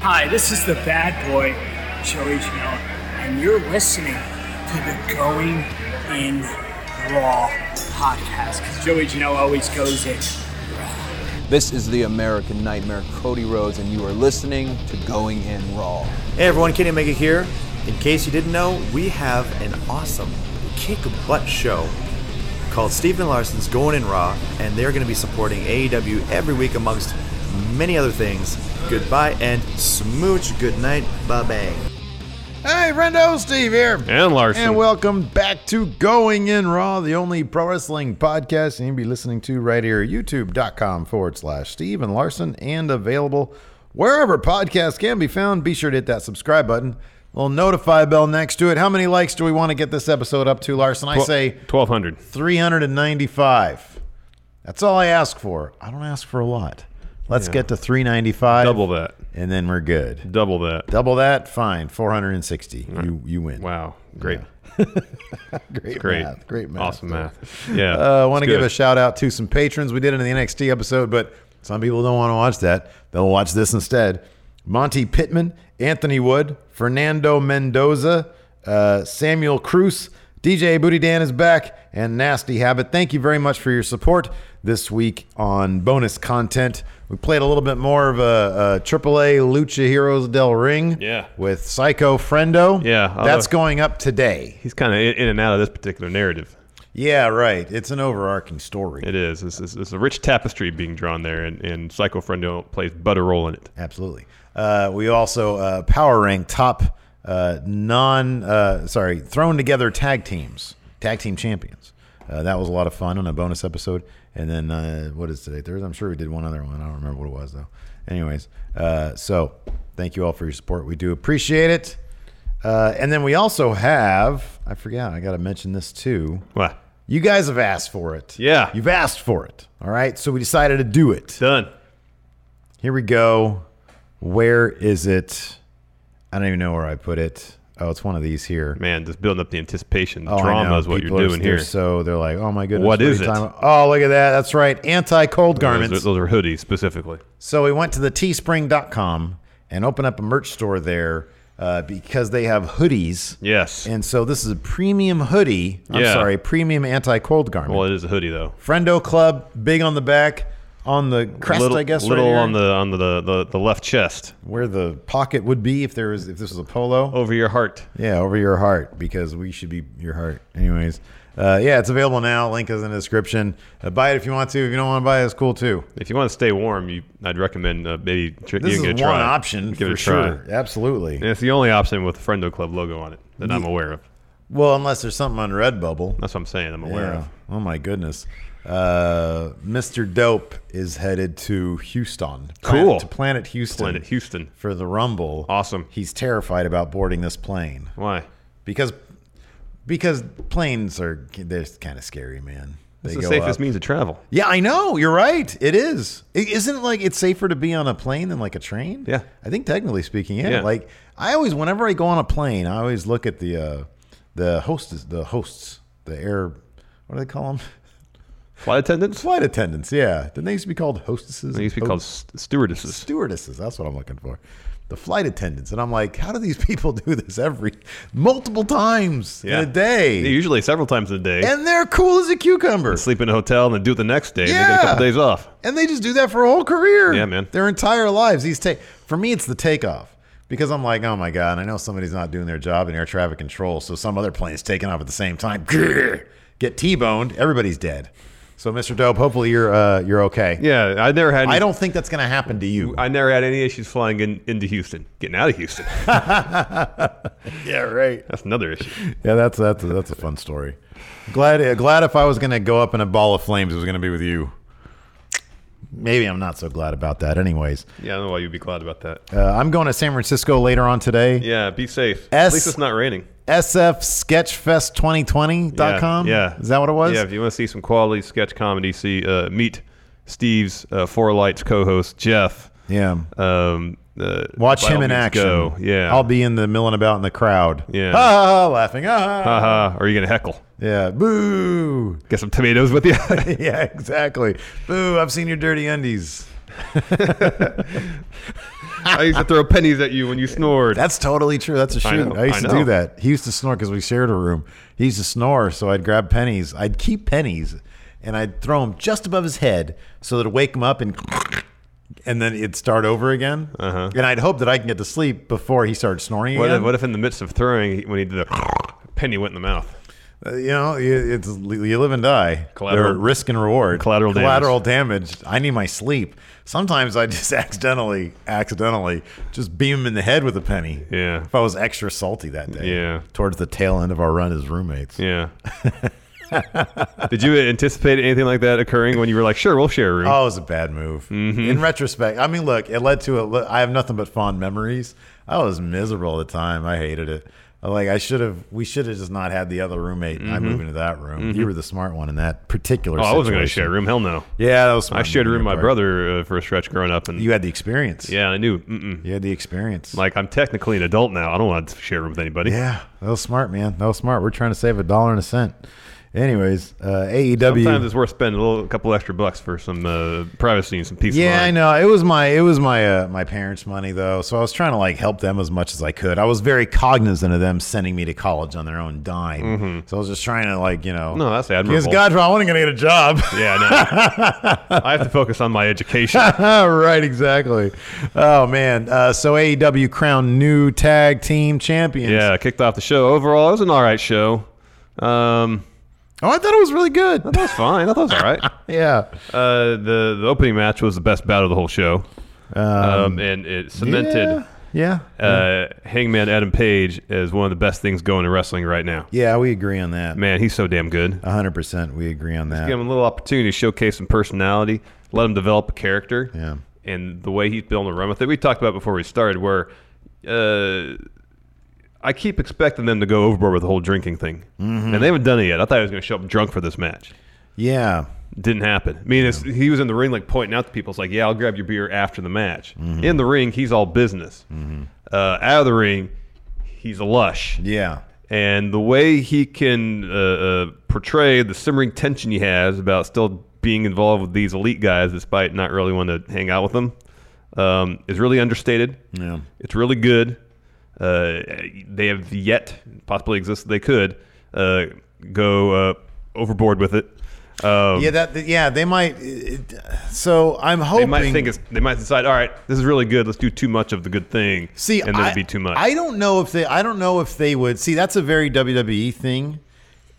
Hi, this is the bad boy, Joey Janela, and you're listening to the Going In Raw podcast. 'cause Joey Janela always goes in. This is the American Nightmare, Cody Rhodes, and you are listening to Going In Raw. Hey everyone, Kenny Omega here. In case you didn't know, we have an awesome kick butt show called Stephen Larson's Going in Raw, and they're going to be supporting AEW every week amongst many other things. Goodbye and smooch. Good night. Bye bang. Hey, Rendo, Steve here. And Larson. And welcome back to Going In Raw, the only pro wrestling podcast you can be listening to right here, youtube.com forward slash Steve and Larson, and available wherever podcasts can be found. Be sure to hit that subscribe button, little notify bell next to it. How many likes do we want to get this episode up to, Larson? I Tw- say 1200. 395. That's all I ask for. I don't ask for a lot. Let's get to 395. Double that. And then we're good. Double that. Double that, fine. 460. You you win. Wow. Great. Great, Great. math. Great math. Awesome math. Yeah. Uh, I want to it's give good. a shout out to some patrons. We did it in the NXT episode, but some people don't want to watch that. They'll watch this instead. Monty Pittman, Anthony Wood, Fernando Mendoza, uh, Samuel Cruz, DJ Booty Dan is back, and Nasty Habit. Thank you very much for your support this week on bonus content. We played a little bit more of a, a AAA Lucha Heroes Del Ring Yeah. with Psycho Friendo. Yeah, uh, I'll- That's going up today. He's kind of in in and out of this particular narrative. Yeah, right. It's an overarching story. It is. It's, it's, it's a rich tapestry being drawn there, and, and Psycho Friendo plays butter roll in it. Absolutely. Uh, we also uh, power rank top uh, non uh, sorry thrown together tag teams, tag team champions. Uh, that was a lot of fun on a bonus episode. And then uh, what is today? Thursday. I'm sure we did one other one. I don't remember what it was though. Anyways, uh, so thank you all for your support. We do appreciate it. Uh, and then we also have I forgot I got to mention this too. Wow. You guys have asked for it. Yeah. You've asked for it. All right. So we decided to do it. Done. Here we go. Where is it? I don't even know where I put it. Oh, it's one of these here. Man, just building up the anticipation. The Oh, I drama know. is what People you're are- doing they're here. So they're like, oh my goodness. What are is you it? talking about? Oh, look at that. That's right. Anti cold garments. Those, are, those are hoodies specifically. So we went to the teespring.com and opened up a merch store there uh, because they have hoodies. Yes. And so this is a premium hoodie. I'm Yeah. sorry, premium anti cold garment. well, it is a hoodie though. Friendo Club, big on the back, on the crest, little, I guess. right Little here, on the on the, the, the, the left chest where the pocket would be if there was if this was a polo. over your heart. Yeah, over your heart because we should be your heart. Anyways, uh, yeah, it's available now. Link is in the description. Uh, buy it if you want to. If you don't want to buy it, it's cool too. If you want to stay warm, you I'd recommend uh, maybe tr- This you is can one get a try. option Give for it a try. sure. Absolutely. And it's the only option with the Friendo Club logo on it that I'm aware of. Well, unless there's something on Redbubble. That's what I'm saying. I'm aware Yeah. of. Oh my goodness. Uh, Mr. Dope is headed to Houston. Cool. Planet- to Planet Houston. Planet Houston. For the Rumble. Awesome. He's terrified about boarding this plane Why? because because planes are they're kind of scary, man. They It's the go safest up. means of travel. Yeah, I know. You're right. It is. I- Isn't it like it's safer to be on a plane than like a train? Yeah. I think technically speaking, yeah. Yeah. Like I always, whenever I go on a plane, I always look at the uh, the hostess, the hosts, the air. What do they call them? Flight attendants? Flight attendants. Yeah. Didn't they used to be called hostesses? They used to be Hosts? called st- stewardesses. stewardesses. That's what I'm looking for. The flight attendants, and I'm like, how do these people do this every multiple times Yeah. in a day? Usually several times a day. and they're cool as a cucumber. sleep in a hotel and then do it the next day. And they get a couple Yeah. days off. And they just do that for a whole career. Yeah, man. Their entire lives. These take for me, it's the takeoff because I'm like, oh my god, I know somebody's not doing their job in air traffic control, so some other plane's taking off at the same time. Get T-boned, everybody's dead. So, Mr. Dope, hopefully you're uh, you're okay. Yeah, I never had. Any, I don't think that's gonna happen to you. I never had any issues flying in, into Houston. Getting out of Houston. yeah, right. That's another issue. Yeah, that's that's a, that's a fun story. Glad glad if I was gonna go up in a ball of flames, it was gonna be with you. Maybe I'm not so glad about that. Anyways, Yeah, I don't know why you'd be glad about that. uh, I'm going to San Francisco later on today. Yeah, be safe. S- At least it's not raining. Yeah, SFSketchfest2020.com. Yeah. Is that what it was? Yeah, if you want to see some quality sketch comedy, see uh, meet Steve's uh, Four Lights co-host Jeff. Yeah. Um, uh, Watch by him all in means action. Go. Yeah. I'll be in the milling about in the crowd. Yeah. Ha, ha, ha, laughing. Ah, ha, ha. Haha. Are Uh-huh. you gonna heckle? Yeah. Boo. Get some tomatoes with you. yeah, exactly. Boo, I've seen your dirty undies. I used to throw pennies at you when you snored. That's totally true. That's a shoot. I I, know, used I to know. do that. He used to snore because we shared a room. He used to snore, so I'd grab pennies. I'd keep pennies, and I'd throw them just above his head so that it'd wake him up and. And then it'd start over again, uh-huh. and I'd hope that I can get to sleep before he started snoring what, again. if, what if in the midst of throwing, he- when he did the penny went in the mouth? Uh, you know, you, it's you live and die. Collateral- They're risk and reward. Collateral damage. collateral damage. I need my sleep. Sometimes I just accidentally, accidentally, just beam him in the head with a penny. Yeah. If I was extra salty that day. Yeah. Towards the tail end of our run as roommates. Yeah. Did you anticipate anything like that occurring when you were like, sure, we'll share a room? Oh, it was a bad move. Mm-hmm. In retrospect, I mean, look, it led to a. I have nothing but fond memories. I was miserable at the time. I hated it. Like I should have, we should have just not had the other roommate. And I moved into that room. You were the smart one in that particular. Mm-hmm. Oh, I wasn't going to situation. share a room. Hell no. Yeah, that was. I shared a room with my part. brother uh, for a stretch growing up, and You had the experience. yeah, I knew. Mm-mm. you had the experience. Like I'm technically an adult now. I don't want to share a room with anybody. yeah, that was smart, man. That was smart. We're trying to save a dollar and a cent. Anyways, uh, AEW. Sometimes it's worth spending a, little, a couple extra bucks for some uh, privacy and some peace of yeah, I mind. know. It was my it was my uh, my parents' money though, so I was trying to like help them as much as I could. I was very cognizant of them sending me to college on their own dime, so I was just trying to like you know. Mm-hmm. No, that's admirable. Because God, I wasn't gonna get a job. Yeah, I know. I have to focus on my education. right, exactly. Oh man. Uh, so AEW crowned new tag team champions. Yeah, kicked off the show. Overall, it was an all right show. Um, Oh, I thought it was really good. that was fine. I thought it was all right. yeah. Uh, the the opening match was the best bout of the whole show, um, and it cemented Yeah. Yeah. uh, Hangman Adam Page as one of the best things going in wrestling right now. Yeah, we agree on that. Man, he's so damn good. A hundred percent, we agree on that. Give him a little opportunity to showcase some personality, let him develop a character, Yeah. and the way he's building a run with it. We talked about before we started where. Uh, I keep expecting them to go overboard with the whole drinking thing, and they haven't done it yet. I thought he was going to show up drunk for this match. Yeah, Didn't happen. I mean, it's, he was in the ring like pointing out to people. It's like, yeah, I'll grab your beer after the match. In the ring, he's all business. Uh, out of the ring, he's a lush. yeah, And the way he can uh, uh, portray the simmering tension he has about still being involved with these elite guys, despite not really wanting to hang out with them, um, is really understated. yeah. It's really good. Uh, they have yet, possibly exists, they could uh, go uh, overboard with it. Um, Yeah, that. Yeah, they might. It, so I'm hoping. they might think it's they might decide all right this is really good let's do too much of the good thing See, and then I, it'd be too much I don't know if they. I don't know if they would. See, that's a very WWE thing.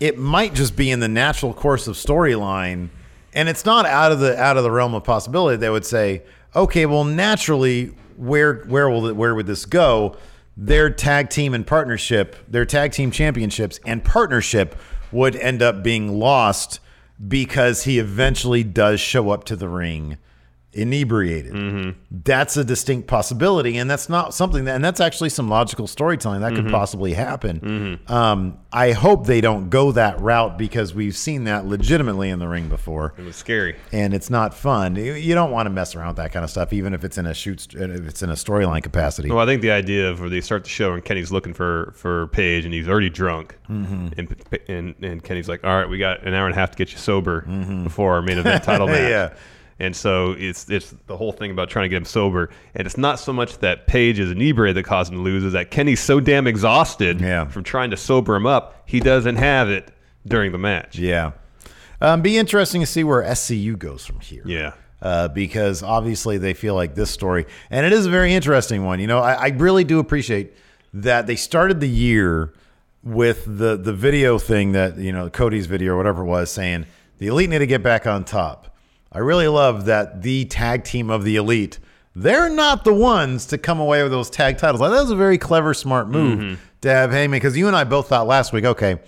It might just be in the natural course of storyline, and it's not out of the out of the realm of possibility. They would say, okay, well, naturally, where where will it, where would this go? Their tag team and partnership, their tag team championships and partnership would end up being lost because he eventually does show up to the ring inebriated. That's a distinct possibility, and that's not something that, and that's actually some logical storytelling that could possibly happen. Um, I hope they don't go that route because we've seen that legitimately in the ring before, it was scary and it's not fun. You- You don't want to mess around with that kind of stuff, even if it's in a shoot, uh, if it's in a storyline capacity. well i think the idea of where they start the show and kenny's looking for for paige and he's already drunk Mm-hmm. and, P- and and kenny's like all right we got an hour and a half to get you sober before our main event title match Mm-hmm. Yeah. and so it's it's the whole thing about trying to get him sober and it's not so much that paige is inebriated that caused him to lose is that kenny's so damn exhausted Yeah. from trying to sober him up he doesn't have it during the match Yeah. Um, be interesting to see where SCU goes from here. Yeah. Uh, because obviously they feel like this story, and it is a very interesting one. You know, I, I really do appreciate that they started the year with the the video thing that you know Cody's video or whatever it was saying the elite need to get back on top. I really love that the tag team of the elite. They're not the ones to come away with those tag titles. Like, that was a very clever, Mm-hmm. smart move to have Heyman. Because you and I both thought last week, okay,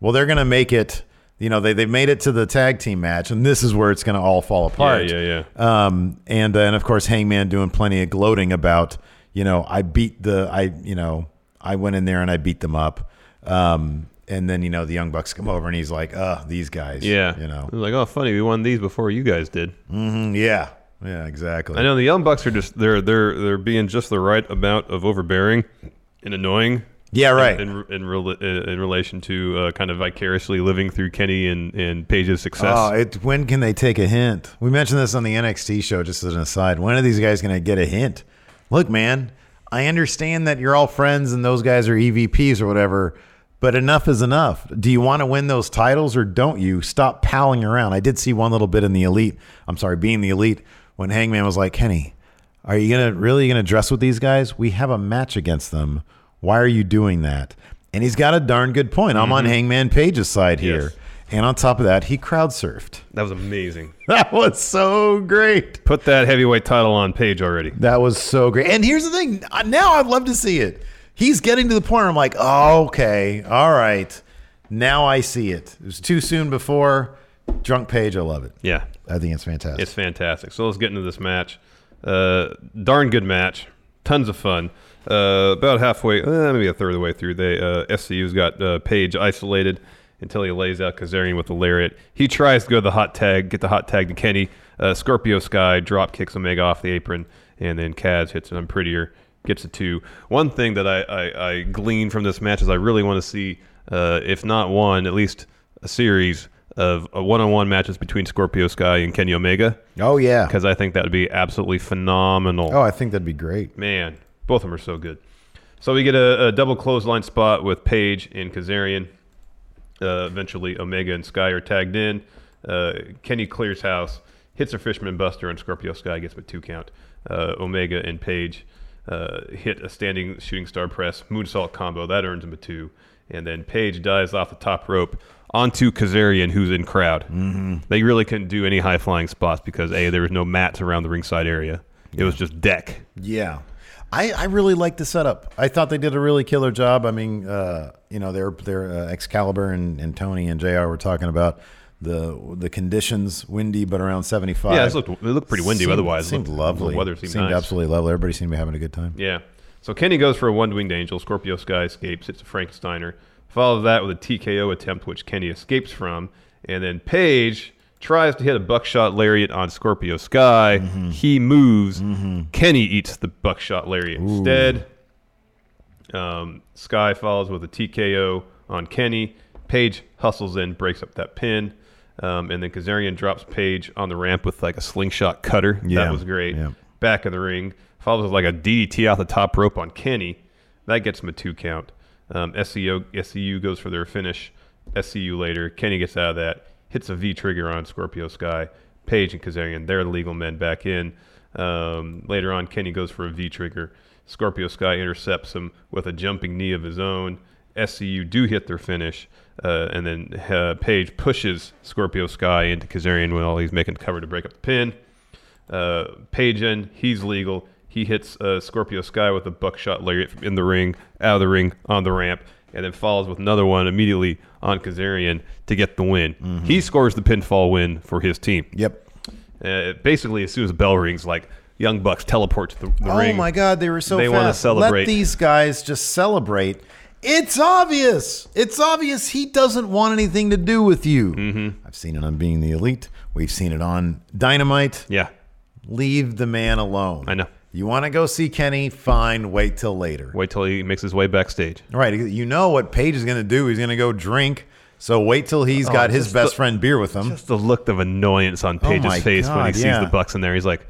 well, they're going to make it You know, they, they've made it to the tag team match, and this is where it's going to all fall apart. Yeah, yeah, yeah. Um, and, uh, and of course, Hangman doing plenty of gloating about, you know, I beat the, I, you know, I went in there and I beat them up. Um, and then, you know, the Young Bucks come over and he's like, uh, these guys. Yeah. You know, It was like, oh, funny, we won these before you guys did. Mm, yeah. Yeah, exactly. I know the Young Bucks are just they're they're they're being just the right amount of overbearing and annoying. Yeah, right. In in, in, rela- uh, in relation to uh, kind of vicariously living through Kenny and and Paige's success. Oh, it, when can they take a hint? We mentioned this on the NXT show, just as an aside. When are these guys going to get a hint? Look, man, I understand that you're all friends and those guys are EVPs or whatever, but enough is enough. Do you want to win those titles or don't you? Stop palling around. I did see one little bit in the Elite. I'm sorry, being the Elite, when Hangman was like, Kenny, are you gonna really gonna dress with these guys? We have a match against them. Why are you doing that? And he's got a darn good point. I'm on Hangman Page's side here. And on top of that, he crowd surfed. that was amazing. That was so great. Put that heavyweight title on Page already. That was so great. And here's the thing. I- Now I'd love to see it. He's getting to the point where I'm like, oh, okay, all right. Now I see it. It was too soon before. Drunk Page, I love it. Yeah, I think it's fantastic. it's fantastic. So let's get into this match. Uh, darn good match. Tons of fun. Uh, about halfway, uh, maybe a third of the way through, they uh, SCU's got uh, Page isolated until he lays out Kazarian with the lariat. He tries to go to the hot tag, get the hot tag to Kenny. Uh, Scorpio Sky drop kicks Omega off the apron, and then Kaz hits an unprettier, gets a two. One thing that I, I, I glean from this match is I really want to see, uh, if not one, at least a series of uh, one-on-one matches between Scorpio Sky and Kenny Omega oh, yeah. because I think that would be absolutely phenomenal. Oh, I think that'd be great. Man, both of them are so good. So we get a, a double clothesline spot with Paige and Kazarian. Uh, eventually, Omega and Sky are tagged in. Uh, Kenny clears house, hits a Fisherman Buster, and Scorpio Sky gets a two count. Uh, Omega and Paige uh, hit a standing shooting star press moonsault combo that earns him a two, and then Paige dives off the top rope onto Kazarian, who's in crowd. Mm-hmm. They really couldn't do any high flying spots because a there was no mats around the ringside area. It was just deck. Yeah. I, I really like the setup. I thought they did a really killer job. I mean, uh, you know, their their uh, Excalibur and, and Tony and Jr. were talking about the the conditions, windy but around seventy five. Yeah, it looked it looked pretty windy. otherwise, seemed It looked- lovely. The weather seemed, nice. absolutely lovely. Everybody seemed to be having a good time. Yeah. So Kenny goes for a one winged angel. Scorpio Sky escapes. It's a Frankensteiner. Follow that with a TKO attempt, which Kenny escapes from, and then Paige tries to hit a buckshot lariat on Scorpio Sky. Mm-hmm. He moves. Kenny eats the buckshot lariat instead. Um, Sky follows with a TKO on Kenny. Page hustles in, breaks up that pin, um, and then Kazarian drops Page on the ramp with like a slingshot cutter. Yeah, That was great. yeah. Back of the ring follows with like a DDT off the top rope on Kenny. That gets him a two count. Um, SEO SEU goes for their finish. SCU later. Kenny gets out of that, hits a V trigger on Scorpio Sky. Page and Kazarian, they're the legal men back in. Um, later on, Kenny goes for a V trigger. Scorpio Sky intercepts him with a jumping knee of his own. SCU do hit their finish, uh, and then uh, Page pushes Scorpio Sky into Kazarian while he's making cover to break up the pin. Uh, Page in, he's legal. He hits uh, Scorpio Sky with a buckshot lariat from in the ring, out of the ring, on the ramp, and then follows with another one immediately on Kazarian to get the win. Mm-hmm. He scores the pinfall win for his team. Yep. Uh, basically, as soon as the bell rings, like Young Bucks teleport to the, the oh ring. my God, they were so. They fast. wanna celebrate. Let these guys just celebrate. It's obvious. It's obvious he doesn't want anything to do with you. Mm-hmm. I've seen it on Being the Elite. We've seen it on Dynamite. Yeah, Leave the man alone. I know. You want to go see Kenny? Fine. Wait till later. wait till he makes his way backstage. Right. You know what Paige is going to do. He's going to go drink. So wait till Oh, he's got his best friend beer with him. Just the look of annoyance on Oh Paige's my face when he God, sees yeah. the Bucks in there. He's like,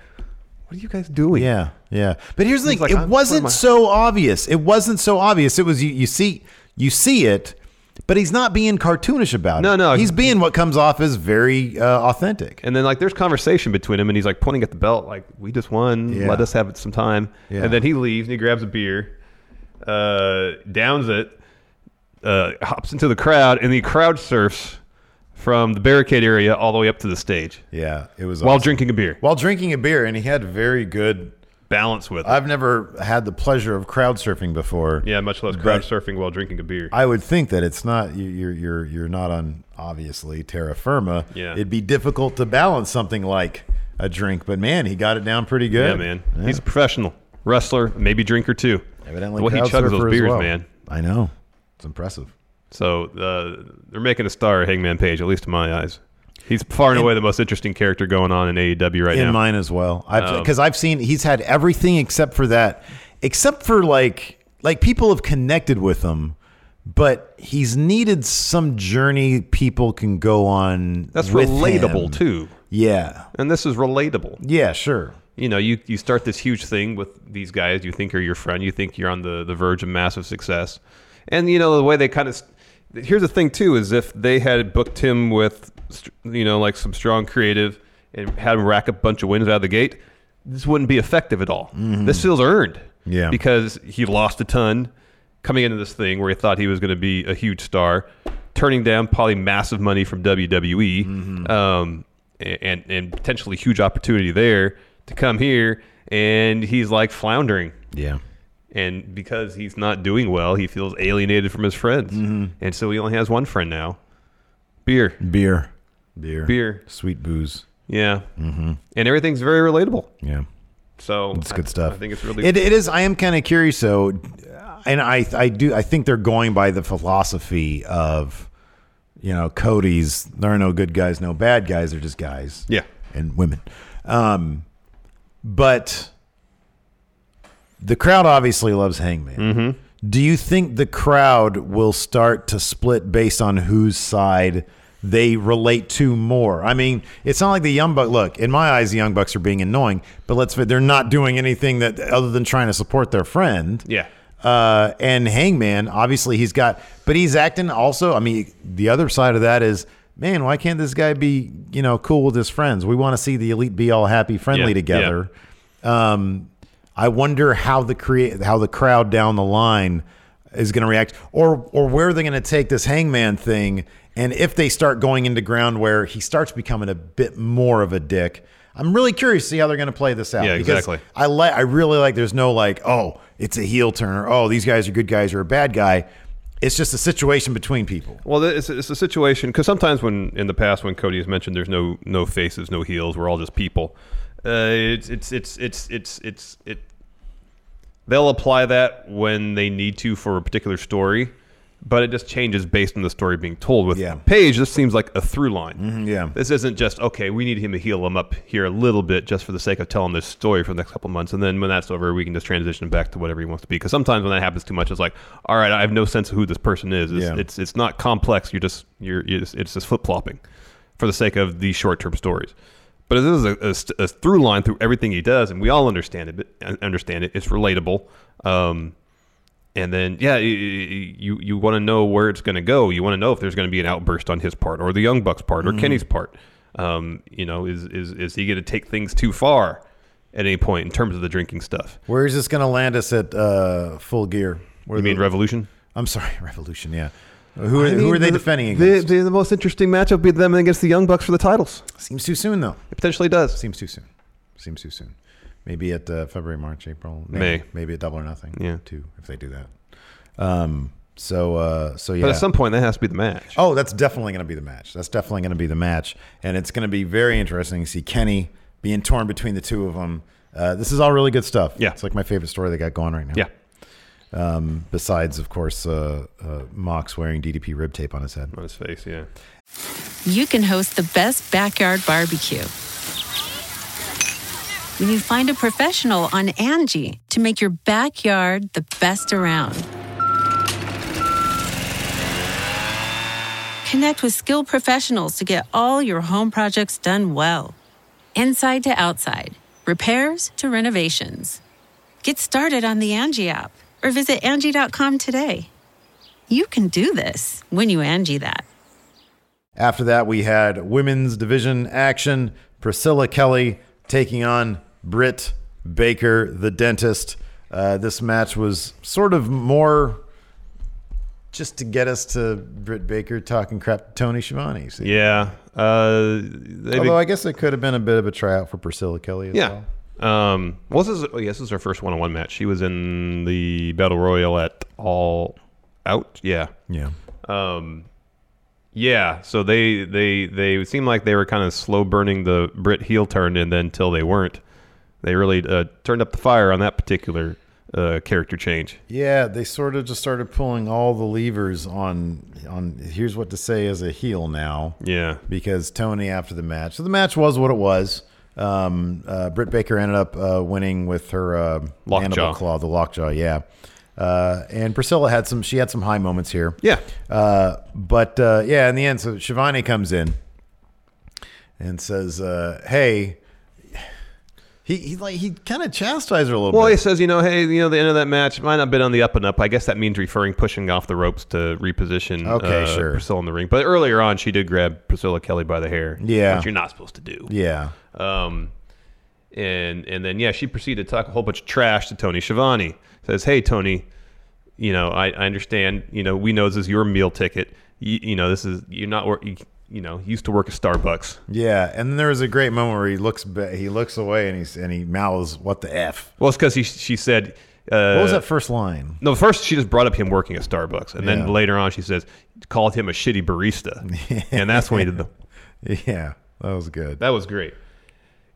"What are you guys doing?" Yeah, yeah. But here's the thing: like, it I'm- what am I- wasn't so obvious. It wasn't so obvious. It was you. You see, you see it, but he's not being cartoonish about No, it. no. He's being what comes off as very uh, authentic. And then like there's conversation between him and he's like pointing at the belt, like, we just won. Yeah. Let us have it some time. Yeah. And then he leaves and he grabs a beer, uh, downs it, uh, hops into the crowd, and he crowd surfs from the barricade area all the way up to the stage yeah, it was while awesome. drinking a beer. while drinking a beer, and he had very good balance with it. I've never had the pleasure of crowd surfing before. yeah, much less crowd surfing while drinking a beer. I would think that it's not you- you're you're you're not on obviously terra firma. Yeah. it'd be difficult to balance something like a drink, but man, he got it down pretty good. yeah, man. He's a professional wrestler, maybe drinker too. evidently the way he crowd chugs surfer those as beers, well. man. I know it's impressive. So uh, they're making a star of Hangman Page, at least in my eyes. He's far and away the most interesting character going on in AEW right in now. Oh. mine as well. I've because I've seen he's had everything except for that, except for like like people have connected with him, but he's needed some journey people can go on. That's with relatable him. too, Yeah, and this is relatable. yeah, sure. you know, you, you start this huge thing with these guys you think are your friend, you think you're on the, the verge of massive success. And, you know, the way they kind of. Here's the thing, too, is if they had booked him with, st- you know, like some strong creative and had him rack a bunch of wins out of the gate, this wouldn't be effective at all. This feels earned. Mm-hmm. Yeah. Because he lost a ton coming into this thing where he thought he was going to be a huge star, turning down probably massive money from WWE, Mm-hmm. um, a- and and potentially huge opportunity there to come here, and he's like floundering. Yeah, And because he's not doing well, he feels alienated from his friends, Mm-hmm. and so he only has one friend now, beer, beer, beer, beer. sweet booze. Yeah, and everything's very relatable. Mm-hmm. Yeah. So It's good stuff. I think it's really It, it is. I am kind of curious though, and I I do I think they're going by the philosophy of, you know, Cody's. There are no good guys, no bad guys. They're just guys. Yeah. and women. Um, but the crowd obviously loves Hangman. Do you think the crowd will start to split based on whose side they relate to more? I mean, it's not like the Young Buck. Look, in my eyes, the Young Bucks are being annoying, but let's they're not doing anything that other than trying to support their friend. Yeah. Uh, and Hangman, obviously, he's got, but he's acting also. I mean, the other side of that is, man, why can't this guy be, you know, cool with his friends? We want to see the elite be all happy, friendly Yeah, together. Um, I wonder how the create how the crowd down the line is going to react, or or where they're going to take this Hangman thing, and if they start going into ground where he starts becoming a bit more of a dick. I'm really curious to see how they're going to play this out. Yeah, because exactly. I like. I really like. There's no like, oh, it's a heel turn, or oh, these guys are good guys or a bad guy. It's just a situation between people. Well, th- it's, it's a situation because sometimes when in the past when Cody has mentioned there's no no faces, no heels, we're all just people. Uh, it's it's it's it's it's it's it. They'll apply that when they need to for a particular story, but it just changes based on the story being told. With Yeah. Page, this seems like a through line. yeah. this isn't just okay. We need him to heal him up here a little bit just for the sake of telling this story for the next couple months, and then when that's over, we can just transition back to whatever he wants to be. Because sometimes when that happens too much, it's like, all right, I have no sense of who this person is. It's Yeah. it's, it's not complex. You're just you're it's, it's just flip flopping for the sake of these short term stories. But this is a, a st- a through line through everything he does, and we all understand it. But uh, understand it. It's relatable. Um, and then yeah, y- y- you you want to know where it's going to go. You want to know if there's going to be an outburst on his part, or the Young Bucks part, or Mm-hmm. Kenny's part. Um, you know, is is is he going to take things too far at any point in terms of the drinking stuff? Where is this going to land us at uh, full gear? Where You mean the- Revolution? I'm sorry, Revolution. Yeah. Who are, who are they defending The, against? the, the most interesting matchup would be them against the Young Bucks for the titles. Seems too soon though. It potentially does. Seems too soon. Seems too soon. Maybe at uh, February, March, April, May. Maybe at double or nothing. Yeah. Two if they do that. Um. So. Uh. So yeah. But at some point, that has to be the match. Oh, that's definitely going to be the match. That's definitely going to be the match, and it's going to be very interesting to see Kenny being torn between the two of them. Uh, this is all really good stuff. Yeah. it's like my favorite story they got going right now. Yeah. Besides, of course, uh, uh, Mox wearing DDP rib tape on his head. On his face, yeah. you can host the best backyard barbecue. When you find a professional on Angie to make your backyard the best around. Connect with skilled professionals to get all your home projects done well. Inside to outside, repairs to renovations. Get started on the Angie app or visit Angie.com today. You can do this when you Angie that. After that, we had women's division action. Priscilla Kelly taking on Britt Baker, the dentist. Uh, this match was sort of more just to get us to Britt Baker talking crap to Tony Schiavone. See? Yeah. Uh, they Although I guess it could have been a bit of a tryout for Priscilla Kelly as Yeah. well. Um, well, this is oh, yeah, this is her first one-on-one match. She was in the battle royal at All Out. Yeah, Yeah. um, yeah. So they they they seemed like they were kind of slow burning the Brit heel turn, and then till they weren't, they really uh, turned up the fire on that particular uh, character change. Yeah, they sort of just started pulling all the levers on on here's what to say as a heel now. Yeah. Because Tony after the match. So the match was what it was. Um uh, Britt Baker ended up uh, winning with her uh Lockjaw. Hannibal claw, the lockjaw, yeah. Uh, and Priscilla had some she had some high moments here. Yeah. Uh, but uh, yeah, in the end, so Shivani comes in and says, uh, "Hey," he, he like he kind of chastised her a little Well, he bit. says, you know, hey, you know, the end of that match might not have been on the up and up. I guess that means referring pushing off the ropes to reposition Okay, uh, sure. Priscilla in the ring. But earlier on, she did grab Priscilla Kelly by the hair, Yeah. which you're not supposed to do. Yeah, Um, and and then yeah, she proceeded to talk a whole bunch of trash to Tony Schiavone. Says, "Hey Tony, you know I, I understand. You know we know this is your meal ticket. You, you know this is you're not wor- you, you know you used to work at Starbucks. yeah. And then there was a great moment where he looks ba- he looks away and he's and he mouths, "What the f?" Well, it's because she she said." Uh, What was that first line? No, first she just brought up him working at Starbucks, and Yeah. then later on she says called him a shitty barista, and that's when he did the. Yeah, that was good. That was great.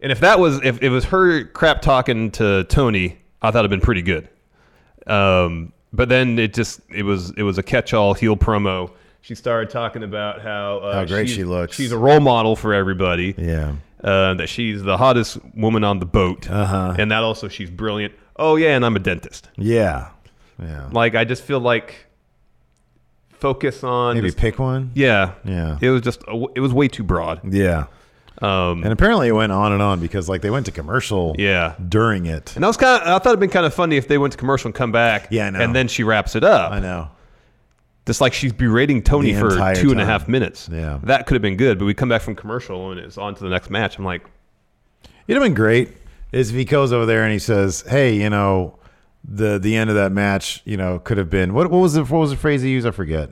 And if that was if, it was her crap talking to Tony, I thought it'd been pretty good. Um, but then it just it was it was a catch-all heel promo. She started talking about how uh, How great she's- she looks. She's a role model for everybody. yeah, Uh, that she's the hottest woman on the boat, uh-huh. and that also she's brilliant. Oh yeah, and I'm a dentist. yeah, yeah. Like I just feel like focus on Maybe just- pick one. yeah Yeah. It was just a w it was way too broad. Yeah. Um, and apparently it went on and on because like they went to commercial Yeah. during it. And that was kind of, I thought it'd been kind of funny if they went to commercial and come back. Yeah, I know. And then she wraps it up. I know. Just like she's berating Tony The for entire two and a half time. minutes. Yeah. That could have been good, but we come back from commercial and it's on to the next match. I'm like, It'd have been great is if he goes over there and he says, "Hey, you know, the the end of that match, you know, could have been what? What was the what was the phrase he used? I forget.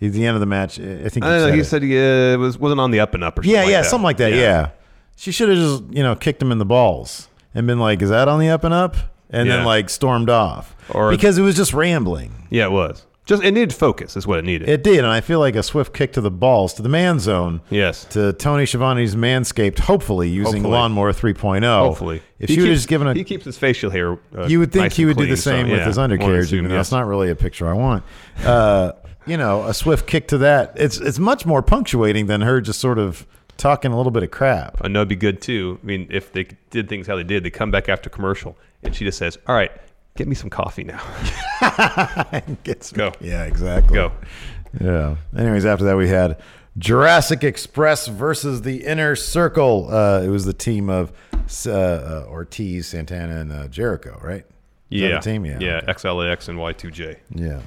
He- The end of the match. I I think I don't know. said He it. said he uh, it was, wasn't on the up and up or something. yeah, like yeah, that. something like that. Yeah. she should have just you know kicked him in the balls and been like, "Is that on the up and up?" And then Yeah. like stormed off Or- because it was just rambling. Yeah, it was. Just, it needed focus, is what it needed. It did, and I feel like a swift kick to the balls to the man zone. Yes. To Tony Schiavone's manscaped, hopefully using Hopefully. lawnmower 3.0. Hopefully. if He she would have keeps- just given a He keeps his facial hair. Uh, you would think nice he and would do the clean, so, same with yeah, his one would undercarriage. assume Even though yes. that's not really a picture I want. Uh, you know, a swift kick to that. It's it's much more punctuating than her just sort of talking a little bit of crap. I know it'd be good too. I mean, if they did things how they did, they come back after commercial and she just says, All right, get me some coffee now. Gets Go. Yeah, exactly. Go. Yeah. Anyways, after that we had Jurassic Express versus the Inner Circle. Uh, it was the team of uh, uh, Ortiz, Santana, and uh, Jericho, right? Is that Yeah. the team. Yeah. Yeah. okay. XLAX and Y2J. Yeah.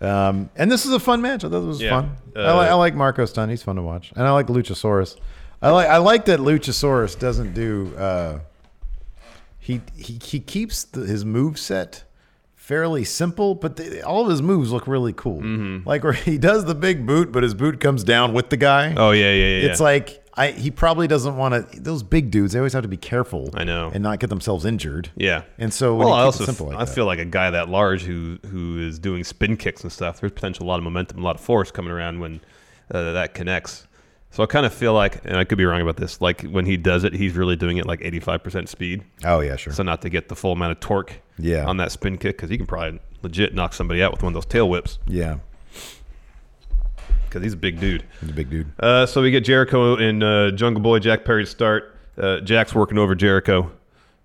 Um, and this is a fun match. I thought it was Yeah. fun. I, Uh, li- I like Marco Stunt. He's fun to watch, and I like Luchasaurus. I like I like that Luchasaurus doesn't do. Uh, he he he keeps the, his move set fairly simple, but they, all of his moves look really cool. Mm-hmm. Like where he does the big boot, but his boot comes down with the guy. Oh, yeah, yeah, yeah. It's like I he probably doesn't want to. Those big dudes, they always have to be careful. I know. and not get themselves injured. Yeah. and so when well, you I keep it also simple like I that- feel like a guy that large who who is doing spin kicks and stuff. There's potential a lot of momentum, a lot of force coming around when uh, that connects. So I kind of feel like, and I could be wrong about this, like when he does it, he's really doing it like 85% speed. Oh yeah, sure. So not to get the full amount of torque Yeah. on that spin kick because he can probably legit knock somebody out with one of those tail whips yeah, because he's a big dude. he's a big dude. Uh, so we get Jericho and uh, Jungle Boy Jack Perry to start. Uh, Jack's working over Jericho,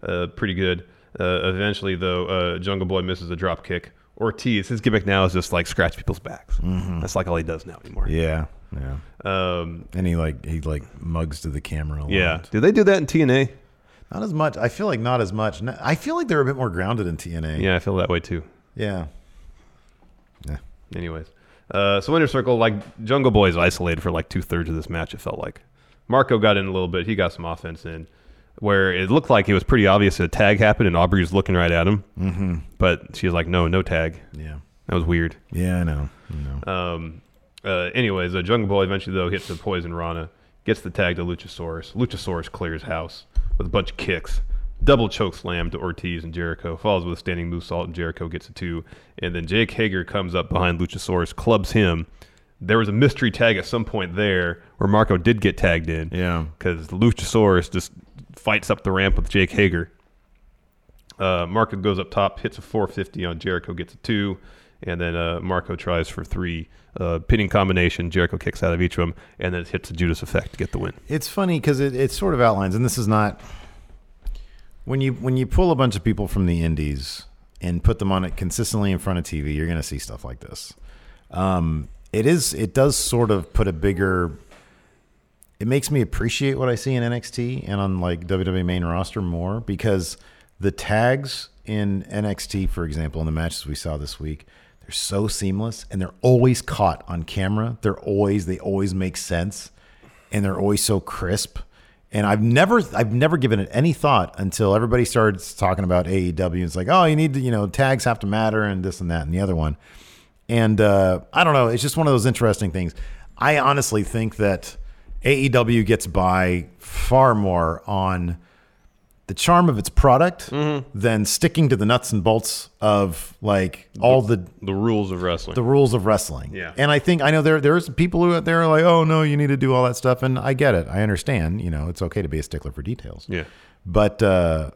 uh, pretty good. Uh, eventually, though, uh, Jungle Boy misses a drop kick. Ortiz, his gimmick now is just like scratch people's backs. That's like all he does now anymore. Mm-hmm. Yeah, yeah. Um, And he like he like mugs to the camera. A lot. yeah. Do they do that in TNA? not as much. I feel like not as much. No- I feel like they're a bit more grounded in TNA. Yeah, I feel that way too. yeah. Anyways, uh, so Inner Circle, like Jungle Boy is isolated for like two thirds of this match. It felt like Marco got in a little bit. He got some offense in, where it looked like it was pretty obvious that a tag happened and Aubrey was looking right at him. Mm-hmm. But she's like, no, no tag. yeah, That was weird. yeah. I know. I know. Um, uh, anyways, uh, Jungle Boy eventually though hits the Poison Rana, gets the tag to Luchasaurus. Luchasaurus clears house with a bunch of kicks. double choke slam to Ortiz and Jericho, follows with a standing moonsault, and Jericho gets a two. And then Jake Hager comes up behind Luchasaurus, clubs him. There was a mystery tag at some point there where Marco did get tagged in. Yeah. Because Luchasaurus just fights up the ramp with Jake Hager. Uh, Marco goes up top, hits a 450 on Jericho, gets a two, and then uh, Marco tries for three. Uh, pinning combination, Jericho kicks out of each of them, and then hits the Judas effect to get the win. It's funny because it, it sort of outlines, and this is not when you when you pull a bunch of people from the indies and put them on it consistently in front of TV, you're going to see stuff like this. Um, it is it does sort of put a bigger. It makes me appreciate what I see in NXT and on like WWE main roster more because the tags in NXT, for example, in the matches we saw this week, they're so seamless and they're always caught on camera. They're always they always make sense and they're always so crisp. And I've never I've never given it any thought until everybody starts talking about AEW. It's like, oh, you need to, you know, tags have to matter and this and that and the other one. And uh, I don't know, it's just one of those interesting things. I honestly think that AEW gets by far more on the charm of its product than sticking to the nuts and bolts of like all the The rules of wrestling. the rules of wrestling. Yeah. And I think I know there there's people who out there are like, oh no, you need to do all that stuff, and I get it. I understand. You know, it's okay to be a stickler for details. yeah. But uh,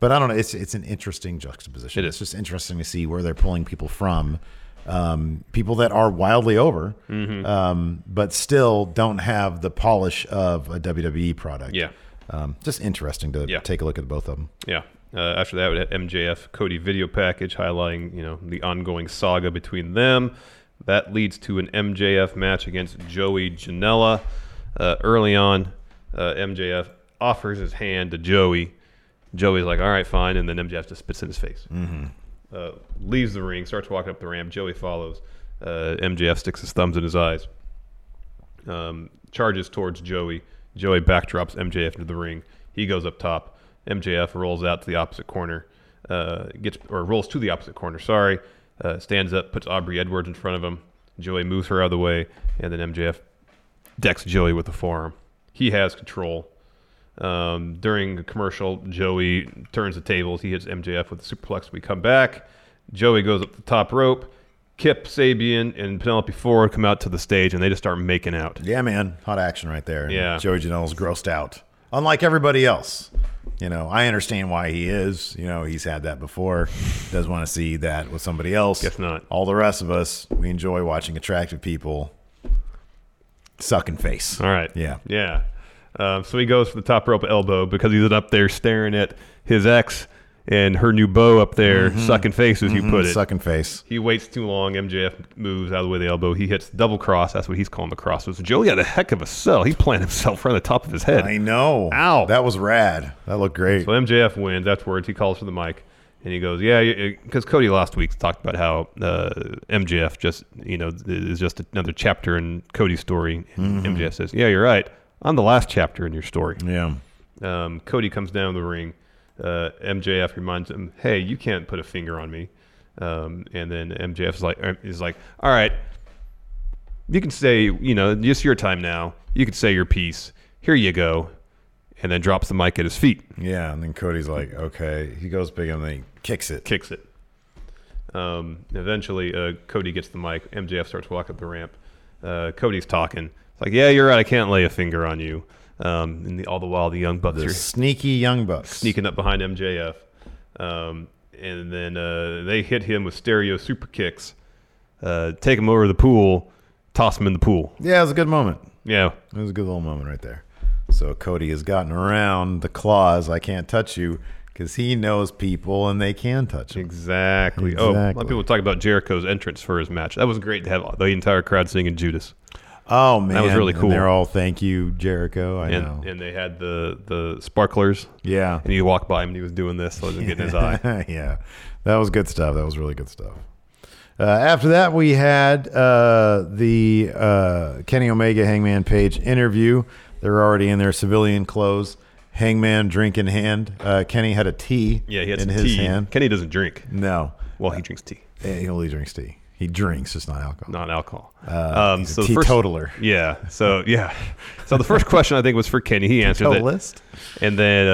but I don't know. It's it's an interesting juxtaposition. It It's is. just interesting to see where they're pulling people from. Um, people that are wildly over, Mm-hmm. um, but still don't have the polish of a WWE product. Yeah. Um, just interesting to Yeah. take a look at both of them. Yeah. Uh, after that, we had MJF Cody video package highlighting you know the ongoing saga between them. That leads to an MJF match against Joey Janela. Uh, early on, uh, MJF offers his hand to Joey. Joey's like, "All right, fine," and then MJF just spits in his face. Uh, leaves the ring, starts walking up the ramp. Joey follows. Uh, MJF sticks his thumbs in his eyes um, charges towards Joey. Joey backdrops MJF into the ring. He goes up top. MJF rolls out to the opposite corner, uh, gets or rolls to the opposite corner. Sorry, uh, stands up, puts Aubrey Edwards in front of him. Joey moves her out of the way, and then MJF decks Joey with a forearm. He has control. Um, during a commercial, Joey turns the tables. He hits MJF with a superplex. We come back. Joey goes up the top rope. Kip Sabian and Penelope Ford come out to the stage, and they just start making out. Yeah, man, hot action right there. Yeah. Joey Janela's grossed out, unlike everybody else. You know, I understand why he is. You know, he's had that before. Does want to see that with somebody else? Guess not. All the rest of us, we enjoy watching attractive people sucking face. All right. Yeah. Yeah. Um, so he goes for the top rope elbow because he's up there staring at his ex and her new beau up there Mm-hmm. sucking face, as you put it. Sucking face. He waits too long. MJF moves out of the way of the elbow. He hits double cross. That's what he's calling the cross. So Joey had a heck of a sell. He planted himself right on the top of his head. I know. Ow. That was rad. That looked great. So MJF wins. Afterwards, he calls for the mic and he goes, "Yeah," because Cody last week talked about how uh, MJF just, you know, is just another chapter in Cody's story. Mm-hmm. And MJF says, "Yeah, you're right. I'm the last chapter in your story." Yeah. Um, Cody comes down the ring. Uh, MJF reminds him, "Hey, you can't put a finger on me." Um, and then MJF is like, er, "Is like, all right, you can say, you know, it's your time now. You can say your piece. Here you go." And then drops the mic at his feet. Yeah. And then Cody's like, okay. He goes big and then he kicks it. kicks it. Um, eventually, uh, Cody gets the mic. MJF starts walking up the ramp. Uh, Cody's talking. It's like, yeah, you're right. I can't lay a finger on you. Um, and the, all the while, the young bucks The are sneaky young bucks. sneaking up behind MJF, um, and then uh, they hit him with stereo super kicks, uh, take him over the pool, toss him in the pool. Yeah, it was a good moment. Yeah, It was a good little moment right there. So Cody has gotten around the clause, I can't touch you, because he knows people and they can touch him. exactly. Oh, a lot Exactly. of people talk about Jericho's entrance for his match. That was great to have the entire crowd singing Judas. Oh, man. was really And cool. they're all, thank you, Jericho. I know. and, and they had the the sparklers. Yeah. and he walked by him and he was doing this, so I was getting his eye. yeah, that was good stuff. That was really good stuff. Uh, after that, we had uh, the uh, Kenny Omega Hangman Page interview. They were already in their civilian clothes. Hangman drink in hand. Uh, Kenny had a tea. Yeah, he had in some his tea. hand. Kenny doesn't drink. no, Well, he drinks tea. Eh, he only drinks tea. He drinks, it's not alcohol. not alcohol. Uh, he's a Um, the first- teetotaler. yeah. So yeah. So the first question I think was for Kenny. He answered Total it. Oh, list. And then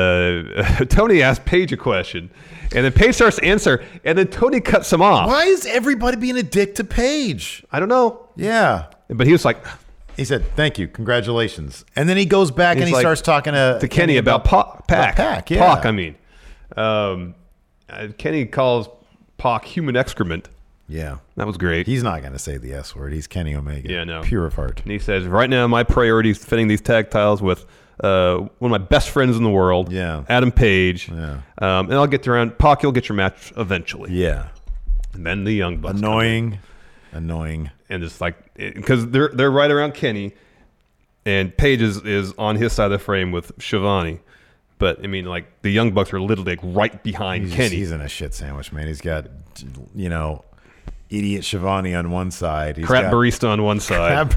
uh, Tony asked Paige a question, and then Paige starts to answer, and then Tony cuts him off. Why is everybody being a dick to Paige? I don't know, Yeah. but he was like He said, "Thank you, congratulations," and then he goes back He's and he like, starts talking to, to Kenny about Pac. Pac, Pac, yeah. Pac, I mean, um, uh, Kenny calls Pac human excrement. yeah. That was great. He's not going to say the S word. He's Kenny Omega. Yeah, no. Pure of heart. and he says, right now my priority is fitting these tag titles with uh, one of my best friends in the world, Yeah. Adam Page. Yeah. Um, and I'll get around Pac. You'll get your match eventually. Yeah. And then the Young Bucks. come in. Annoying. Annoying. and it's like because they're they're right around Kenny, and Paige is, is on his side of the frame with Shivani, but I mean like the Young Bucks are literally like right behind He's, Kenny. he's in a shit sandwich, man. He's got, you know, idiot Shivani on one side. He's crap got barista on one side,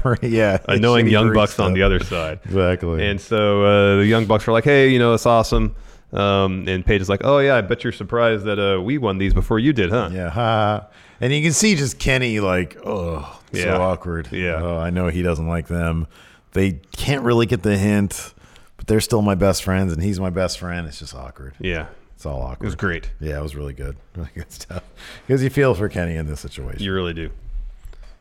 Crap, yeah. annoying shitty Young Bucks barista. on the other side. Exactly. And so uh, the Young Bucks are like, hey, you know, it's awesome. Um, and Paige is like, oh yeah, I bet you're surprised that uh, we won these before you did, huh? Yeah. Ha. And you can see just Kenny like, oh, Yeah. so awkward. Yeah. Oh, I know he doesn't like them. They can't really get the hint, but they're still my best friends, and he's my best friend. It's just awkward. Yeah. It's all awkward. It was great. Yeah, it was really good. Really good stuff. Because you feel for Kenny in this situation. You really do.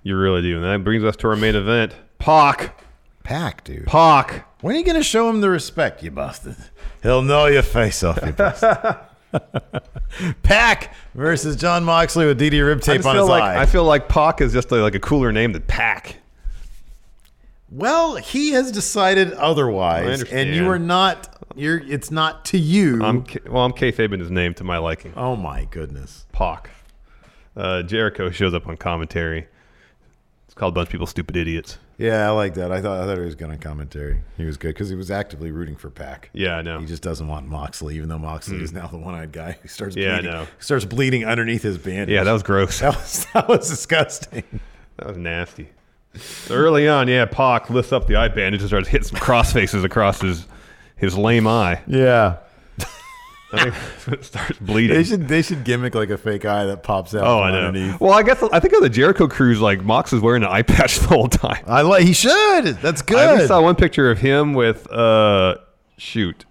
You really do. And that brings us to our main event. Pac. Pack, dude. Pac. When are you going to show him the respect you busted? He'll know your face off you busted. Pack versus John Moxley with DD rib I tape just on feel his like eye. I feel like Pac is just a, like a cooler name than Pac. Well, he has decided I otherwise, understand. and you are not. You're. It's not to you. I'm ca- well, I'm kayfabing his name to my liking. oh my goodness. Pac. Uh, Jericho shows up on commentary. It's called a bunch of people stupid idiots. Yeah, I like that. I thought. I thought he was good on commentary. He was good because he was actively rooting for Pack. Yeah, I know. He just doesn't want Moxley, even though Moxley is now the one-eyed guy who starts. Yeah, I bleeding, know. Starts bleeding underneath his bandage. yeah, that was gross. that was that was disgusting. That was nasty. So early on, yeah, Pac lifts up the eye bandage and starts hitting some crossfaces across his his lame eye. Yeah. I think it starts They bleeding. should they should gimmick like a fake eye that pops out. Oh, from I know. Underneath. Well, I guess I think on the Jericho cruise, like Mox was wearing an eye patch the whole time. I like. He should. That's good. I only saw one picture of him with uh shoot.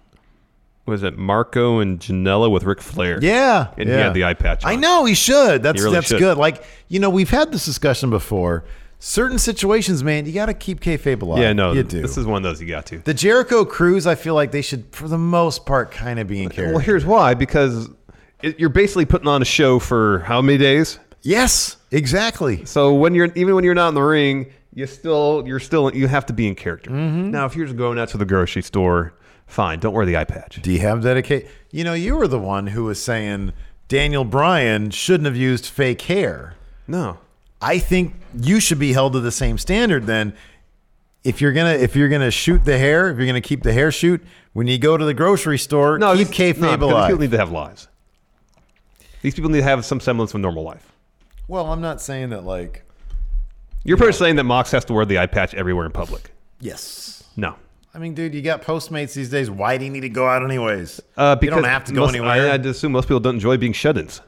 Was it Marco and Janela with Ric Flair? Yeah, And yeah. he had the eye patch. I on. know he should. That's He really that's should. good. Like you know, we've had this discussion before. Certain situations, man, you got to keep kayfabe alive. Yeah, no, you do. This is one of those you got to. the Jericho Cruise. I feel like they should, for the most part, kind of be in character. Well, here's why because it, you're basically putting on a show for how many days? yes, exactly. So when you're even when you're not in the ring, you still you're still you have to be in character. Mm-hmm. Now, if you're just going out to the grocery store, fine, don't wear the eye patch. Do you have dedicate? You know, you were the one who was saying Daniel Bryan shouldn't have used fake hair. no. I think you should be held to the same standard then. If you're gonna if you're gonna shoot the hair, if you're gonna keep the hair shoot, when you go to the grocery store, No, keep these- no, kayfabe because these alive. people need to have lives. These people need to have some semblance of normal life. Well, I'm not saying that like You're pretty much saying that Mox has to wear the eye patch everywhere in public. yes. No. I mean, dude, you got Postmates these days. Why do you need to go out anyways? Uh, you because don't have to go most- anywhere. I, I'd assume most people don't enjoy being shut ins.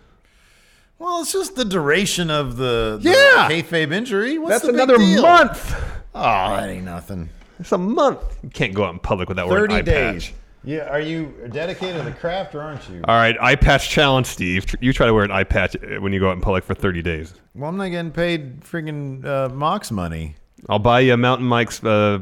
well, it's just the duration of the, the Yeah! kayfabe injury. What's That's the big another deal? month. Oh, that ain't nothing. It's a month. You can't go out in public without wearing an Thirty eye days. patch. Yeah, are you dedicated to the craft or aren't you? All right, eye patch challenge, Steve. Tr- You try to wear an eye patch uh, when you go out in public for 30 days. Well, I'm not getting paid friggin' uh, Mox money. I'll buy you a Mountain Mike's uh,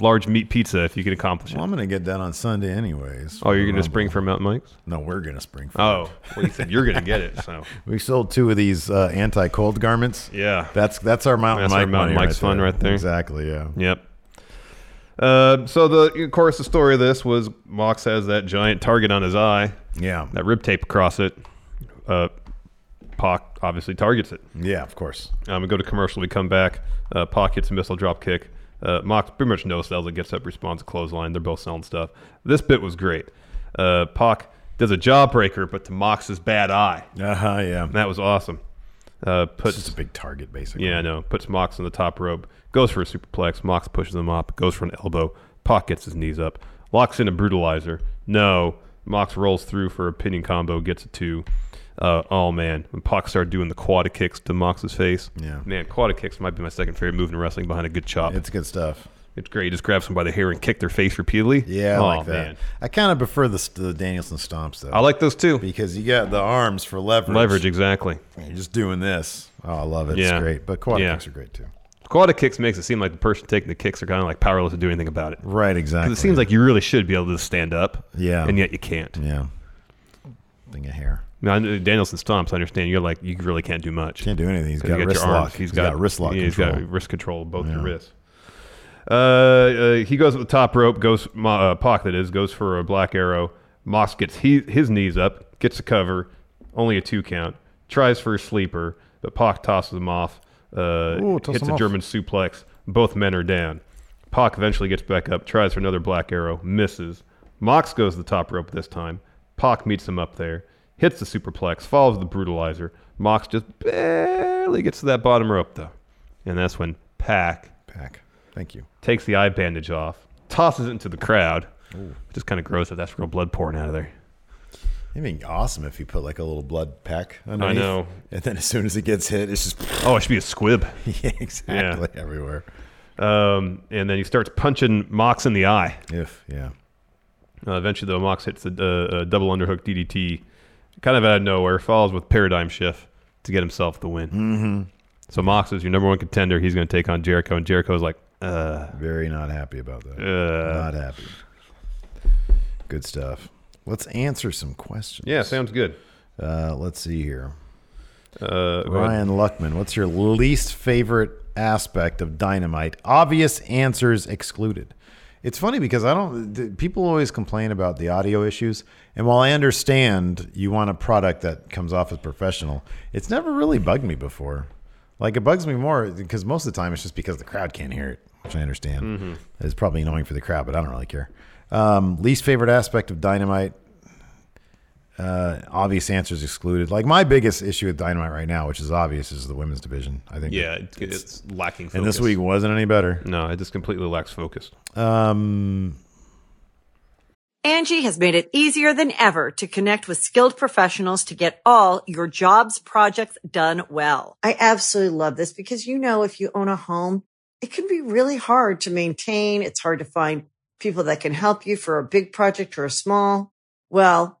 large meat pizza if you can accomplish it. Well, I'm gonna get that on Sunday anyways. Oh, you're going Rumble. to spring for Mountain Mike's? No, we're gonna spring for. Oh, well, you said you're going to get it, so. We sold two of these uh, anti-cold garments. Yeah. that's that's our mountain. That's our Mike Mountain money Mike's right fun there. right there. Exactly. Yeah. Yep. Uh, so the of course the story of this was Mox has that giant target on his eye, Yeah. that rib tape across it. Uh, Pac obviously targets it. Yeah. Of course. Um, we go to commercial. We come back. Uh, Pac hits a missile drop kick. Uh, Mox pretty much no sells it. Gets up, responds, clothesline. They're both selling stuff. This bit was great. Uh, Pac does a jawbreaker, but to Mox's bad eye. Uh huh. Yeah. And that was awesome. Uh, It's puts just a big target, basically. yeah, I know. Puts Mox on the top rope, goes for a superplex. Mox pushes him up, goes for an elbow. Pac gets his knees up, locks in a brutalizer. No. Mox rolls through for a pinning combo, gets a two. Uh, oh man, when Pac started doing the quad kicks to Mox's face. Yeah. Man, quad kicks might be my second favorite move in wrestling behind a good chop. It's good stuff. It's great. Just grab someone by the hair and kick their face repeatedly. Yeah, I oh, like that. Man. I kind of prefer the, the Danielson stomps though, I like those too. because you got the arms for leverage. Leverage, exactly. You're just doing this. Oh, I love it. Yeah. It's great. But quad Yeah. kicks are great too. Quad kicks makes it seem like the person taking the kicks are kind of like powerless to do anything about it. Right, exactly. 'Cause it seems like you really should be able to stand up. Yeah. And yet you can't. yeah, thing of hair. Now, I know Danielson stomps. I understand. You're like you really can't do much. Can't do anything. He's 'Cause you got got wrist your arms. lock. he's got, wrist lock yeah, He's control. got wrist control of both Yeah. your wrists. Uh, uh, he goes with the top rope. Goes Mo- uh, Pac that is goes for a black arrow. Moss gets he, his knees up, gets a cover, only a two count. Tries for a sleeper, but Pac tosses him off. Uh, Ooh, toss hits him a off. German suplex. Both men are down. Pac eventually gets back up, tries for another black arrow, misses. Mox goes to the top rope this time. Pac meets him up there, hits the superplex, follows the brutalizer. Mox just barely gets to that bottom rope though, and that's when Pac Pack. Thank you. takes the eye bandage off, tosses it into the crowd. Which is kind of gross that that's real blood pouring out of there. It'd be awesome if you put like a little blood pack underneath. know. And then as soon as it gets hit, it's just Oh, it should be a squib. yeah, exactly everywhere. Um, and then he starts punching Mox in the eye. If yeah, Uh, eventually, though, Mox hits a, uh, a double underhook DDT, kind of out of nowhere, follows with paradigm shift to get himself the win. Mm-hmm. So Mox is your number one contender. He's going to take on Jericho, and Jericho's like, uh, very not happy about that. uh. not happy. Good stuff. Let's answer some questions. yeah, sounds good. Uh, let's see here. Uh, go ahead. Ryan Luckman, what's your least favorite aspect of Dynamite? Obvious answers excluded. It's funny because I don't, th- people always complain about the audio issues. And while I understand you want a product that comes off as professional, it's never really bugged me before. Like it bugs me more because most of the time it's just because the crowd can't hear it, which I understand. Mm-hmm. It's probably annoying for the crowd, but I don't really care. Um, least favorite aspect of Dynamite, Uh, obvious answers excluded. Like my biggest issue with Dynamite right now, which is obvious, is the women's division. I think. yeah, it, it's lacking. Focus. and this week wasn't any better. no, it just completely lacks focus. Um, Angie has made it easier than ever to connect with skilled professionals to get all your jobs projects done well. I absolutely love this because, you know, if you own a home, it can be really hard to maintain. It's hard to find people that can help you for a big project or a small. Well,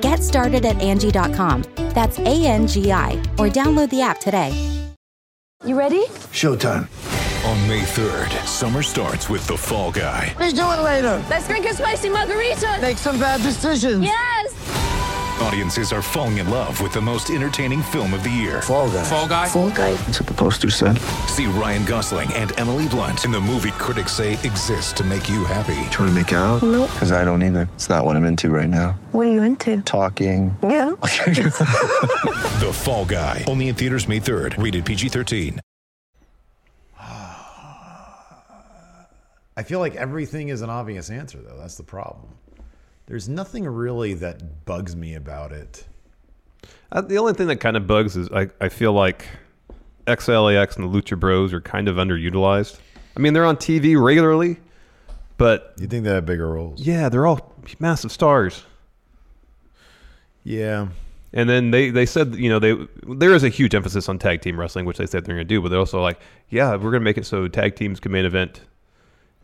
Get started at Angie.com. That's A N G I, or download the app today. You ready? Showtime. On May 3rd, summer starts with The Fall Guy. Let's do it later. Let's drink a spicy margarita. Make some bad decisions. Yes. Audiences are falling in love with the most entertaining film of the year. Fall guy. Fall guy. Fall guy. That's what the poster said. See Ryan Gosling and Emily Blunt in the movie critics say exists to make you happy. Trying to make it out? Nope. Because I don't either. It's not what I'm into right now. What are you into? Talking. Yeah. The Fall Guy. Only in theaters May 3rd. Rated PG-13. I feel like everything is an obvious answer, though. That's the problem. There's nothing really that bugs me about it. Uh, the only thing that kind of bugs is I, I feel like XLAX and the Lucha Bros are kind of underutilized. I mean, they're on TV regularly, but you think they have bigger roles? Yeah, they're all massive stars. Yeah. And then they, they said you know they there is a huge emphasis on tag team wrestling, which they said they're going to do, but they're also like, yeah, we're going to make it so tag teams can main event,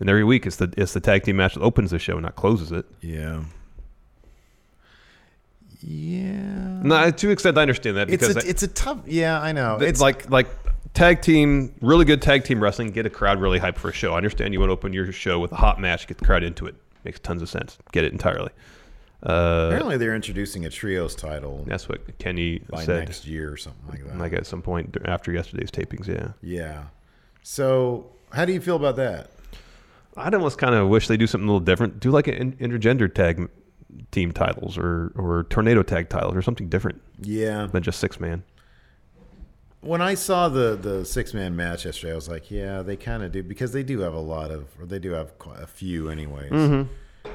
and every week it's the it's the tag team match that opens the show, not closes it. Yeah. Yeah. No, to an extent, I understand that Mm-hmm. It's because a, I- it's a tough. Yeah, I know. It's like like tag team, really good tag team wrestling. Get a crowd really hyped for a show. I understand you want to open your show with a hot match, get the crowd into it. Makes tons of sense. Get it entirely. Uh, Apparently, they're introducing a trios title. that's what Kenny by said. next year or something like that. Like at some point dur- after yesterday's tapings, yeah. Yeah. So, how do you feel about that? I'd almost kind of wish they do something a little different. Do like an in- intergender tag m- team titles or or tornado tag titles or something different. Yeah. Than just six man. When I saw the the six man match yesterday, I was like, yeah, they kind of do because they do have a lot of, or they do have quite a few, anyways. Mhm.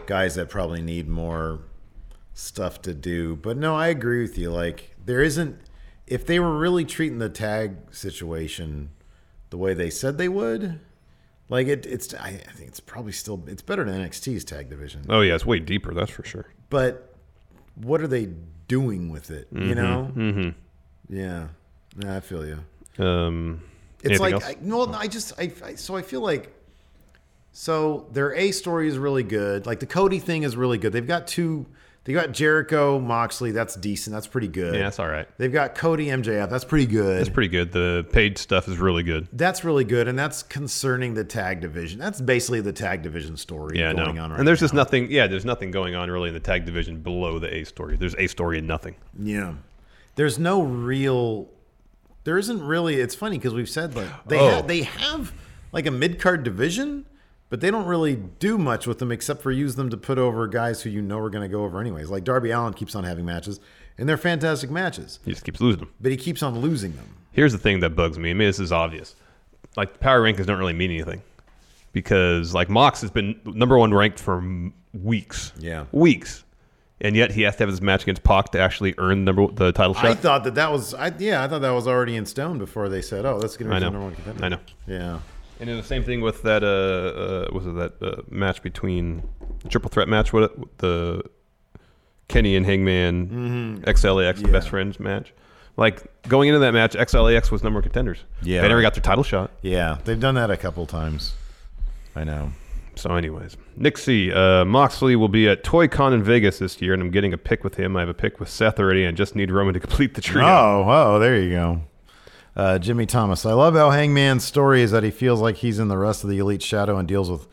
Guys that probably need more stuff to do. But no, I agree with you. Like there isn't. If they were really treating the tag situation the way they said they would, like it, it's. I, I think it's probably still. It's better than NXT's tag division. Oh yeah, it's way deeper. That's for sure. But what are they doing with it? You Mhm, know. mhm. Yeah. Yeah, I feel you. Um, It's anything like else? I, no, no, I just I, I so I feel like so their A story is really good. Like the Cody thing is really good. They've got two. They got Jericho Moxley. That's decent. That's pretty good. yeah, that's all right. They've got Cody MJF. That's pretty good. That's pretty good. The paid stuff is really good. That's really good, and that's concerning the tag division. That's basically the tag division story yeah, going no. on right and there's just nothing. Yeah, there's nothing going on really in the tag division below the A story. There's A story and nothing. Yeah. There's no real. There isn't really. It's funny because we've said like they Oh. have, they have like a mid card division, but they don't really do much with them except for use them to put over guys who you know are going to go over anyways. Like Darby Allen keeps on having matches, and they're fantastic matches, He just keeps losing them. but he keeps on losing them. Here's the thing that bugs me. I mean, this is obvious. Like power rankings don't really mean anything because like Mox has been number one ranked for m- weeks. Yeah. weeks, and yet he has to have his match against Pac to actually earn the number the title shot. I thought that that was. I, yeah, I thought that was already in stone before they said, "Oh, that's going to I be the know. number one contender." I know. Yeah. And then the same thing with that uh, uh was it that uh, match between the triple threat match with with the Kenny and Hangman Mhm. XLAX the Yeah. best friends match. Like going into that match, XLAX was number of contenders. Yeah. they never got their title shot. Yeah, they've done that a couple times. I know. So, anyways, Nick C. Uh, Moxley will be at Toy Con in Vegas this year, and I'm getting a pick with him. I have a pick with Seth already, and just need Roman to complete the trio. Oh, oh, there you go. Uh, Jimmy Thomas. I love how Hangman's story is that he feels like he's in the rest of the elite shadow and deals with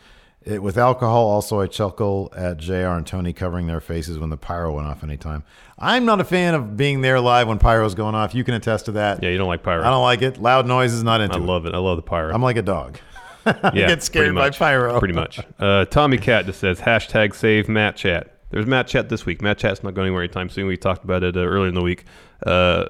it with alcohol. Also, I chuckle at JR and Tony covering their faces when the pyro went off anytime. I'm not a fan of being there live when pyro's going off. You can attest to that. Yeah, you don't like pyro. I don't like it. Loud noises, not into I love it. I love the pyro. I'm like a dog. I yeah, get scared pretty by much. pyro. Pretty much. Uh, Tommy Cat just says hashtag save Matt Chat. There's Matt Chat this week. Matt Chat's not going anywhere anytime soon. We talked about it uh, earlier in the week. Uh,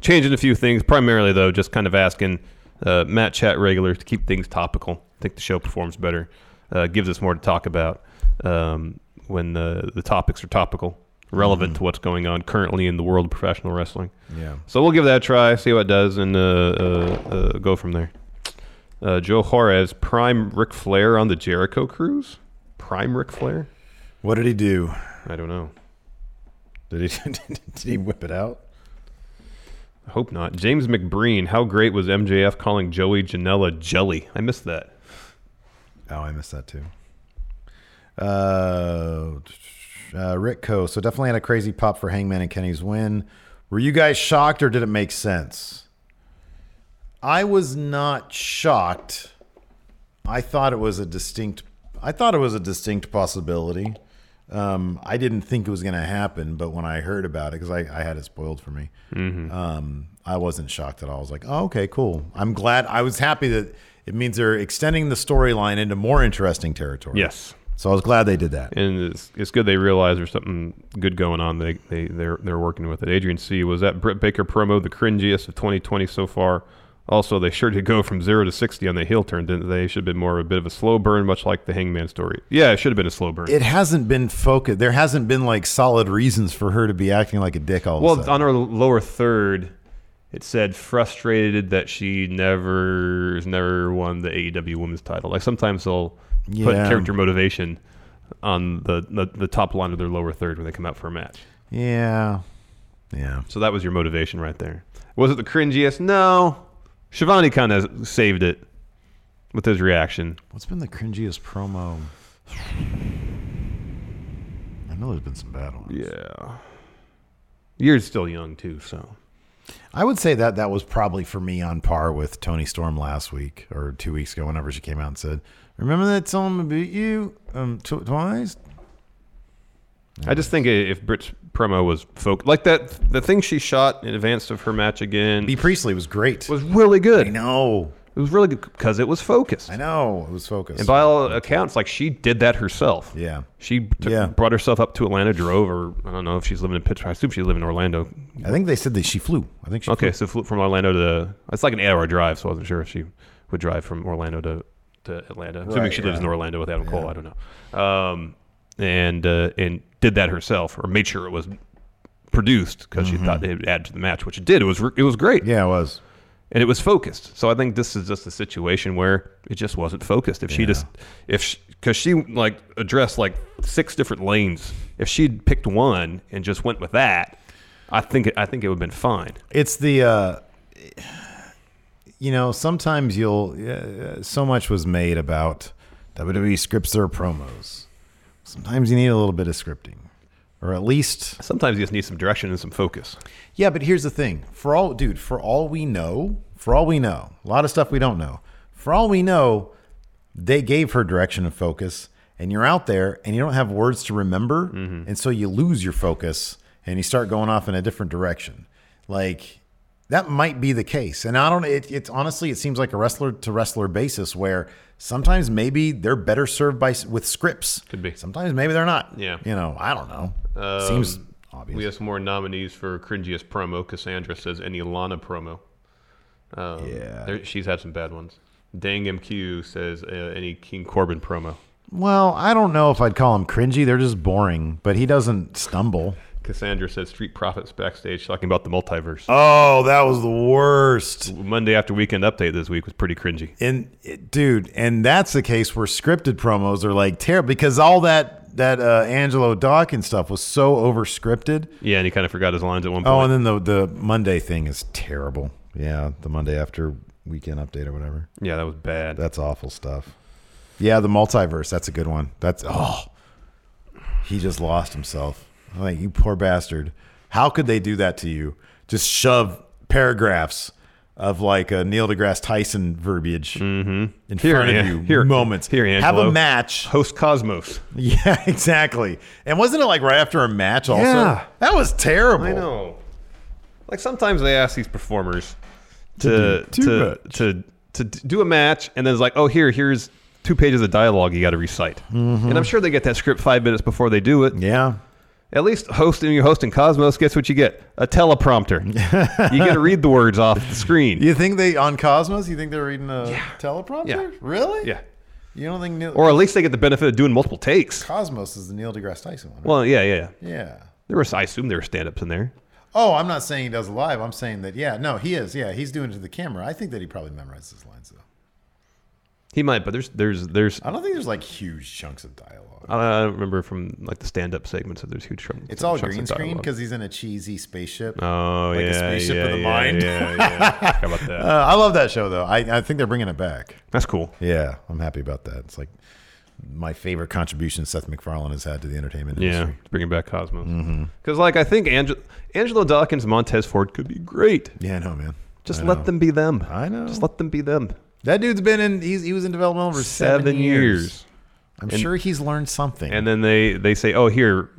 changing a few things, primarily though, just kind of asking uh, Matt Chat regulars to keep things topical. I think the show performs better, uh, gives us more to talk about um, when the the topics are topical, relevant Mm-hmm. to what's going on currently in the world of professional wrestling. Yeah. So we'll give that a try, see what it does, and uh, uh, uh, go from there. Uh, Joe Juarez, prime Ric Flair on the Jericho cruise. Prime Ric Flair. What did he do? I don't know. Did he did he whip it out? I hope not. James McBreen, how great was MJF calling Joey Janela jelly? I missed that. Oh, I missed that too. Uh, uh, Rick Coe. So definitely had a crazy pop for Hangman and Kenny's win. Were you guys shocked or did it make sense? I was not shocked. I thought it was a distinct. I thought it was a distinct possibility. Um, I didn't think it was going to happen, but when I heard about it, because I, I had it spoiled for me, um, I wasn't shocked at all. I was like, oh, okay, cool. I'm glad. I was happy that it means they're extending the storyline into more interesting territory. Yes. So I was glad they did that. And it's, it's good they realize there's something good going on. They they they're they're working with it. Adrian C was that Britt Baker promo the cringiest of 2020 so far. Also, they sure did go from zero to 60 on the heel turn, didn't they? Should have been more of a bit of a slow burn, much like the Hangman story. Yeah, it should have been a slow burn. It hasn't been focused. There hasn't been like solid reasons for her to be acting like a dick all of a well, uh, sudden. on her lower third, it said frustrated that she never never won the AEW Women's title. Like sometimes they'll put Yeah. character motivation on the, the the top line of their lower third when they come out for a match. Yeah. Yeah. So that was your motivation right there. Was it the cringiest? No. Shivani kind of saved it with his reaction. What's been the cringiest promo? I know there's been some bad ones. Yeah. You're still young too, so I would say that that was probably for me on par with Tony Storm last week or two weeks ago, whenever she came out and said, "Remember that time I beat you um tw- twice." I just think i- if Britt's promo was folk like that, the thing she shot in advance of her match again, B Priestley was great. Was really good. I know it was really good because it was focused. I know it was focused, and by all accounts, like she did that herself. Yeah, she took, brought herself up to Atlanta, drove, or I don't know if she's living in Pittsburgh. I assume she's living in Orlando. I think they said that she flew. I think she okay, flew. so flew from Orlando to it's like an eight-hour drive, so I wasn't sure if she would drive from Orlando to to Atlanta. Assuming Right, she lives in yeah. Orlando with Adam Cole, I don't know. Um, and uh, and did that herself, or made sure it was produced because she thought it would add to the match, which it did. It was re- it was great. Mm-hmm. Yeah, it was. And it was focused. So I think this is just a situation where it just wasn't focused. If she just if because she, like addressed like six different lanes, if she'd picked one and just went with that, I think I think it would have been fine. It's the uh you know, sometimes you'll uh, so much was made about WWE scripts their promos. Sometimes you need a little bit of scripting or at least sometimes you just need some direction and some focus. Yeah, but here's the thing. For all dude, for all we know, for all we know, a lot of stuff we don't know. For all we know, they gave her direction and focus and you're out there and you don't have words to remember Mm-hmm. and so you lose your focus and you start going off in a different direction. Like that might be the case. And I don't it, it's honestly it seems like a wrestler to wrestler basis where sometimes maybe they're better served by s- with scripts. Could be. Sometimes maybe they're not. Yeah. You know, I don't know. Um, Seems We have some more nominees for cringiest promo. Cassandra says any Lana promo. Um, yeah, she's had some bad ones. Dang MQ says uh, any King Corbin promo. Well, I don't know if I'd call him cringy. They're just boring, but he doesn't stumble. Cassandra says Street Profits backstage talking about the multiverse. Oh, that was the worst. Monday after weekend update this week was pretty cringy. And it- dude, and that's the case where scripted promos are like terrible because all that that uh, Angelo Dawkins stuff was so over scripted. Yeah, and he kind of forgot his lines at one point. Oh, and then the the Monday thing is terrible. Yeah, the Monday after weekend update or whatever. yeah, that was bad. That's awful stuff. Yeah, the multiverse. That's a good one. That's oh, he just lost himself. Like you poor bastard. How could they do that to you? Just shove paragraphs of like a Neil deGrasse Tyson verbiage in Mm-hmm. Here, front of An- you. here- moments. here, Have a Angelo. match. Host Cosmos. Yeah, exactly. And wasn't it like right after a match? Also, Yeah. that was terrible. I know. Like sometimes they ask these performers to to to, to, do a match, and then it's like, oh, here, here's two pages of dialogue you got to recite, Mhm. and I'm sure they get that script five minutes before they do it. Yeah. At least hosting your hosting Cosmos, guess what you get? A teleprompter. you get to read the words off the screen. You think they on Cosmos? You think they're reading a teleprompter? Really? Yeah. You don't think Neil? Or at least they get the benefit of doing multiple takes. Cosmos is the Neil deGrasse Tyson one. Well, yeah, yeah, yeah. Yeah. There was, I assume there were stand-ups in there. Oh, I'm not saying he does live. I'm saying that yeah, no, he is. Yeah, he's doing it to the camera. I think that he probably memorized his lines though. He might, but there's, there's, there's. I don't think there's like huge chunks of dialogue. I don't remember from like the stand-up segments that there's huge trouble. It's all green screen because he's in a cheesy spaceship. Oh like yeah, a spaceship yeah, with a yeah, mind. Yeah, yeah. How about that? Uh, I love that show though. I, I think they're bringing it back. That's cool. Yeah, I'm happy about that. It's like my favorite contribution Seth MacFarlane has had to the entertainment yeah, industry. bringing back Cosmos. Mm-hmm. Because like I think Angel- Angelo Dawkins, Montez Ford could be great. Yeah, I know, man. Just I let know. them be them. I know. Just let them be them. That dude's been in. He's, he was in development for seven, Seven years. I'm And- sure he's learned something. And then they they say, "Oh, here,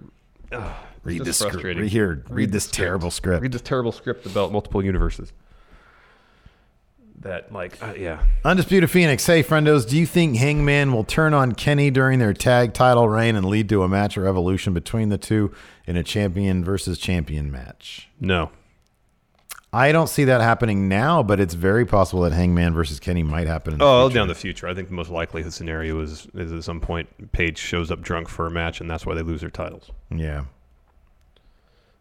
Ugh, Read is this script. frustrating. Read here. Read this terrible script. Read this terrible script about multiple universes." That like, uh, yeah, Undisputed Phoenix. Hey, friendos, do you think Hangman will turn on Kenny during their tag title reign and lead to a match or evolution between the two in a champion versus champion match? No. I don't see that happening now, but it's very possible that Hangman versus Kenny might happen. In the Oh, down the future. I think the most likely scenario is is at some point Paige shows up drunk for a match, and that's why they lose their titles. Yeah.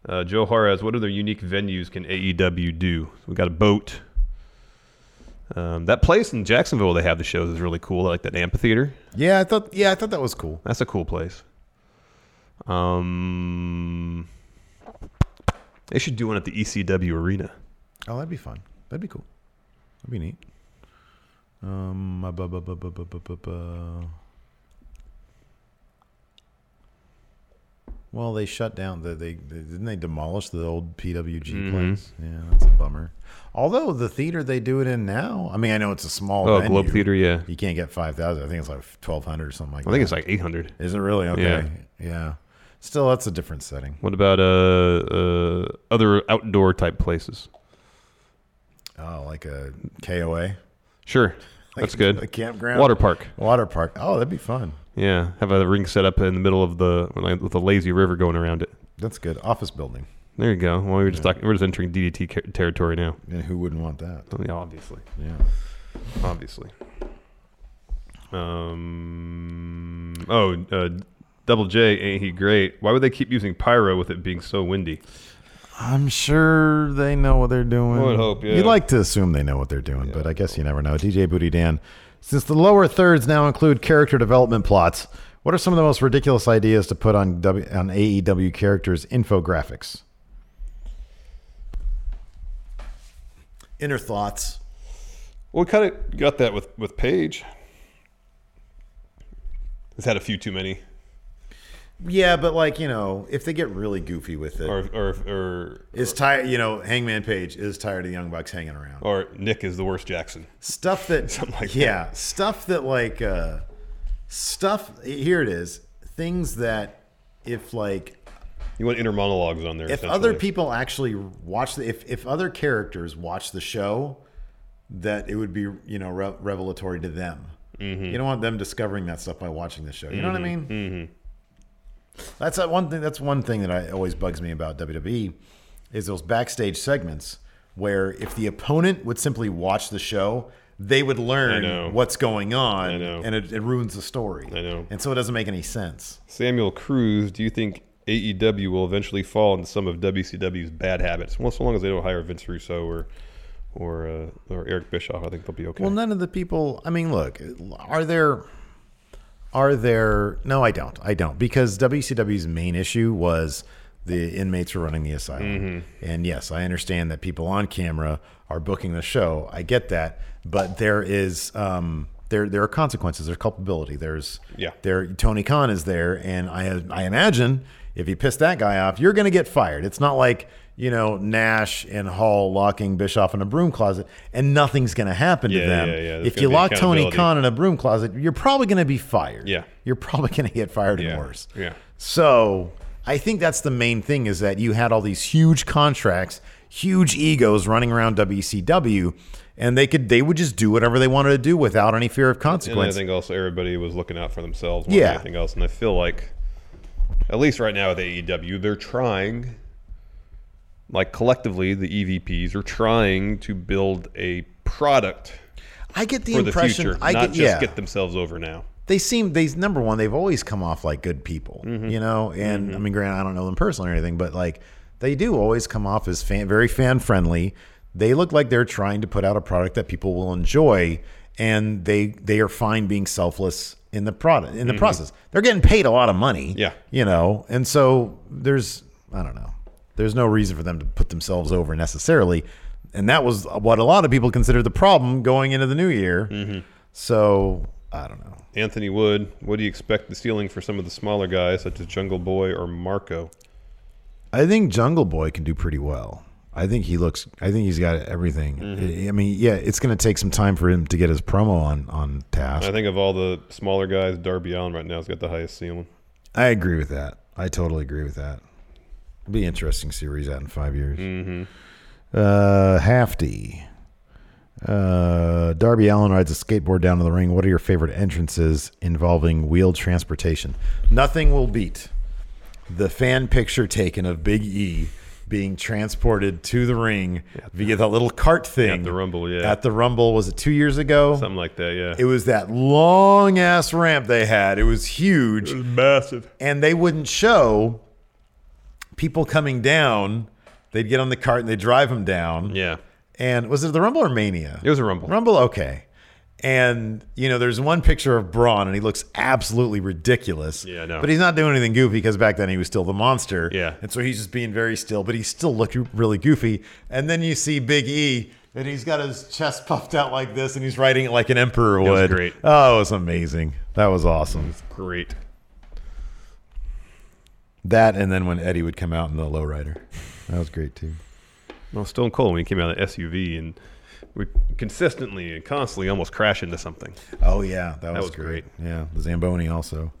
Uh, Joe Juarez, what other unique venues can AEW do? We got a boat. Um, that place in Jacksonville they have the shows is really cool. I like that amphitheater. Yeah, I thought. Yeah, I thought that was cool. That's a cool place. Um, they should do one at the ECW arena. Oh, that'd be fun. That'd be cool. That'd be neat. Um, uh, bu- bu- bu- bu- bu- bu- bu- bu- Well, they shut down. The, they, they didn't they demolish the old PWG Mhm. place. Yeah, that's a bummer. Although the theater they do it in now, I mean, I know it's a small. Oh, venue. Globe Theater, yeah. You can't get five thousand. I think it's like twelve hundred or something like. I think it's that. like 800. Is it really okay? Yeah. Still, that's a different setting. What about uh, uh other outdoor type places? Oh, like a KOA. Sure, Like that's a- good. a campground? water park. Water park. Oh, that'd be fun. Yeah, have a ring set up in the middle of the with a lazy river going around it. That's good. Office building. There you go. Well, we were just talking, we're just entering DDT ca- territory now. And who wouldn't want that? Yeah, obviously. Yeah. Obviously. Um. Oh, uh, Double J ain't he great? Why would they keep using pyro with it being so windy? I'm sure they know what they're doing. I would hope, yeah. You'd like to assume they know what they're doing, but I guess you never know. DJ Booty Dan, since the lower thirds now include character development plots, what are some of the most ridiculous ideas to put on w- on AEW characters' infographics? Inner thoughts. Well, we kind of got that with with Paige. It's had a few too many, Yeah, but like you know, if they get really goofy with it, or or, or is tired. You know, Hangman Page is tired of the Young Bucks hanging around. or Nick is the worst Jackson. stuff that something like yeah that. stuff that like uh stuff here it is things that if like You want inner monologues on there. if other essentially. people actually watch the if if other characters watch the show that it would be you know re- revelatory to them Mm-hmm. you don't want them discovering that stuff by watching the show you know what i mean Mhm, mhm. that's that one thing. That's one thing that I always bugs me about WWE is those backstage segments where if the opponent would simply watch the show, they would know. learn what's going on, I know. and it, it ruins the story. I know, and so it doesn't make any sense. Samuel Cruz, do you think AEW will eventually fall into some of WCW's bad habits? Well, so long as they don't hire Vince Russo or or uh, or Eric Bischoff, I think they'll be okay. Well, none of the people. I mean, look, are there? Are there? No, I don't. I don't because WCW's main issue was the inmates were running the asylum, Mm-hmm. and yes, I understand that people on camera are booking the show. I get that, but there is um, there there are consequences. There's culpability. There's Yeah. There Tony Khan is there, and I I imagine if you piss that guy off, you're going to get fired. It's not like you know Nash and Hall locking Bischoff in a broom closet and nothing's going to happen to Yeah, them. yeah, yeah. There's If gonna you be lock Tony accountability. Khan in a broom closet, you're probably going to be fired. Yeah. You're probably going to get fired Yeah, and worse. yeah. So I think that's the main thing is that you had all these huge contracts, huge egos running around WCW, and they could they would just do whatever they wanted to do without any fear of and I consequence. think also everybody was looking out for themselves more Yeah. than anything else. And I feel like, at least right now with AEW, they're trying, like collectively, the EVPs are trying to build a product I get the for impression the future, I not get just yeah. get themselves over now. they seem they number one they've always come off like good people you know and i mean granted i don't know them personally or anything but like they do always come off as fan, very fan friendly they look like they're trying to put out a product that people will enjoy and they they are fine being selfless in the product in the Mhm. process they're getting paid a lot of money Yeah. you know and so there's i don't know there's no reason for them to put themselves over necessarily and that was what a lot of people considered the problem going into the new year so i don't know Anthony Wood, what do you expect the ceiling for some of the smaller guys, such as Jungle Boy or Marco? I think Jungle Boy can do pretty well. I think he looks. I think he's got everything. I mean, yeah, it's going to take some time for him to get his promo on on task. I think of all the smaller guys, Darby Allen right now has got the highest ceiling. I agree with that. I totally agree with that. It'll be an interesting series out in five years. Uh, Hafty. Uh, Darby Allen rides a skateboard down to the ring. What are your favorite entrances involving wheeled transportation? Nothing will beat the fan picture taken of Big E being transported to the ring via that little cart thing. At the Rumble, yeah. At the Rumble, was it two years ago? Something like that, yeah. It was that long ass ramp they had. It was huge. It was massive. And they wouldn't show people coming down. They'd get on the cart and they'd drive them down. Yeah. And was it the Rumble or Mania? It was a Rumble. Rumble, okay. And, you know, there's one picture of Braun and he looks absolutely ridiculous. Yeah, I know. But he's not doing anything goofy because back then he was still the monster. Yeah. And so he's just being very still, but he still looked really goofy. And then you see Big E and he's got his chest puffed out like this and he's riding it like an emperor It would. was great. Oh, it was amazing. That was awesome. Great. That and then when Eddie would come out in the lowrider. That was great too. Well, Stone Cold when he came out of the SUV and we consistently and constantly almost crash into something. Oh yeah, that was, great. Yeah, the Zamboni also.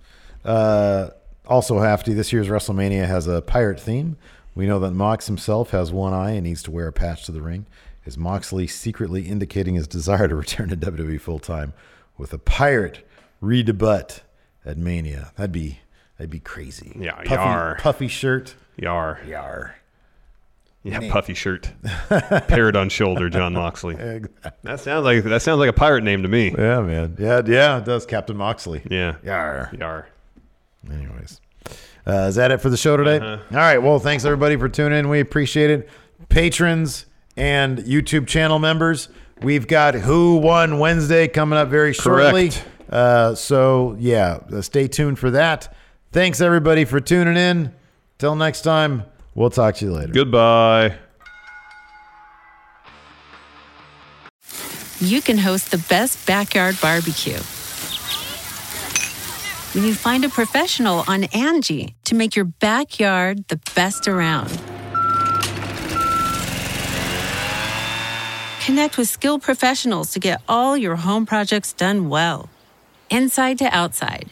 Uh, also, Hafty. This year's WrestleMania has a pirate theme. We know that Mox himself has one eye and needs to wear a patch to the ring. Is Moxley secretly indicating his desire to return to WWE full time with a pirate re-debut at Mania? That'd be that'd be crazy. Yeah, puffy, yar. puffy shirt. Yar. Yar. Yeah, Name. puffy shirt, parrot on shoulder, John Moxley. Exactly. That sounds like that sounds like a pirate name to me. Yeah, man. Yeah, yeah, it does. Captain Moxley. Yeah. Yar. Yar. Anyways, uh, is that it for the show today? All right. Well, thanks everybody for tuning in. We appreciate it. Patrons and YouTube channel members, we've got Who Won Wednesday coming up very shortly. Uh, so, yeah, uh, stay tuned for that. Thanks everybody for tuning in. Till next time, we'll talk to you later. Goodbye. you can host the best backyard barbecue. When you find a professional on Angie to make your backyard the best around. Connect with skilled professionals to get all your home projects done well. Inside to outside,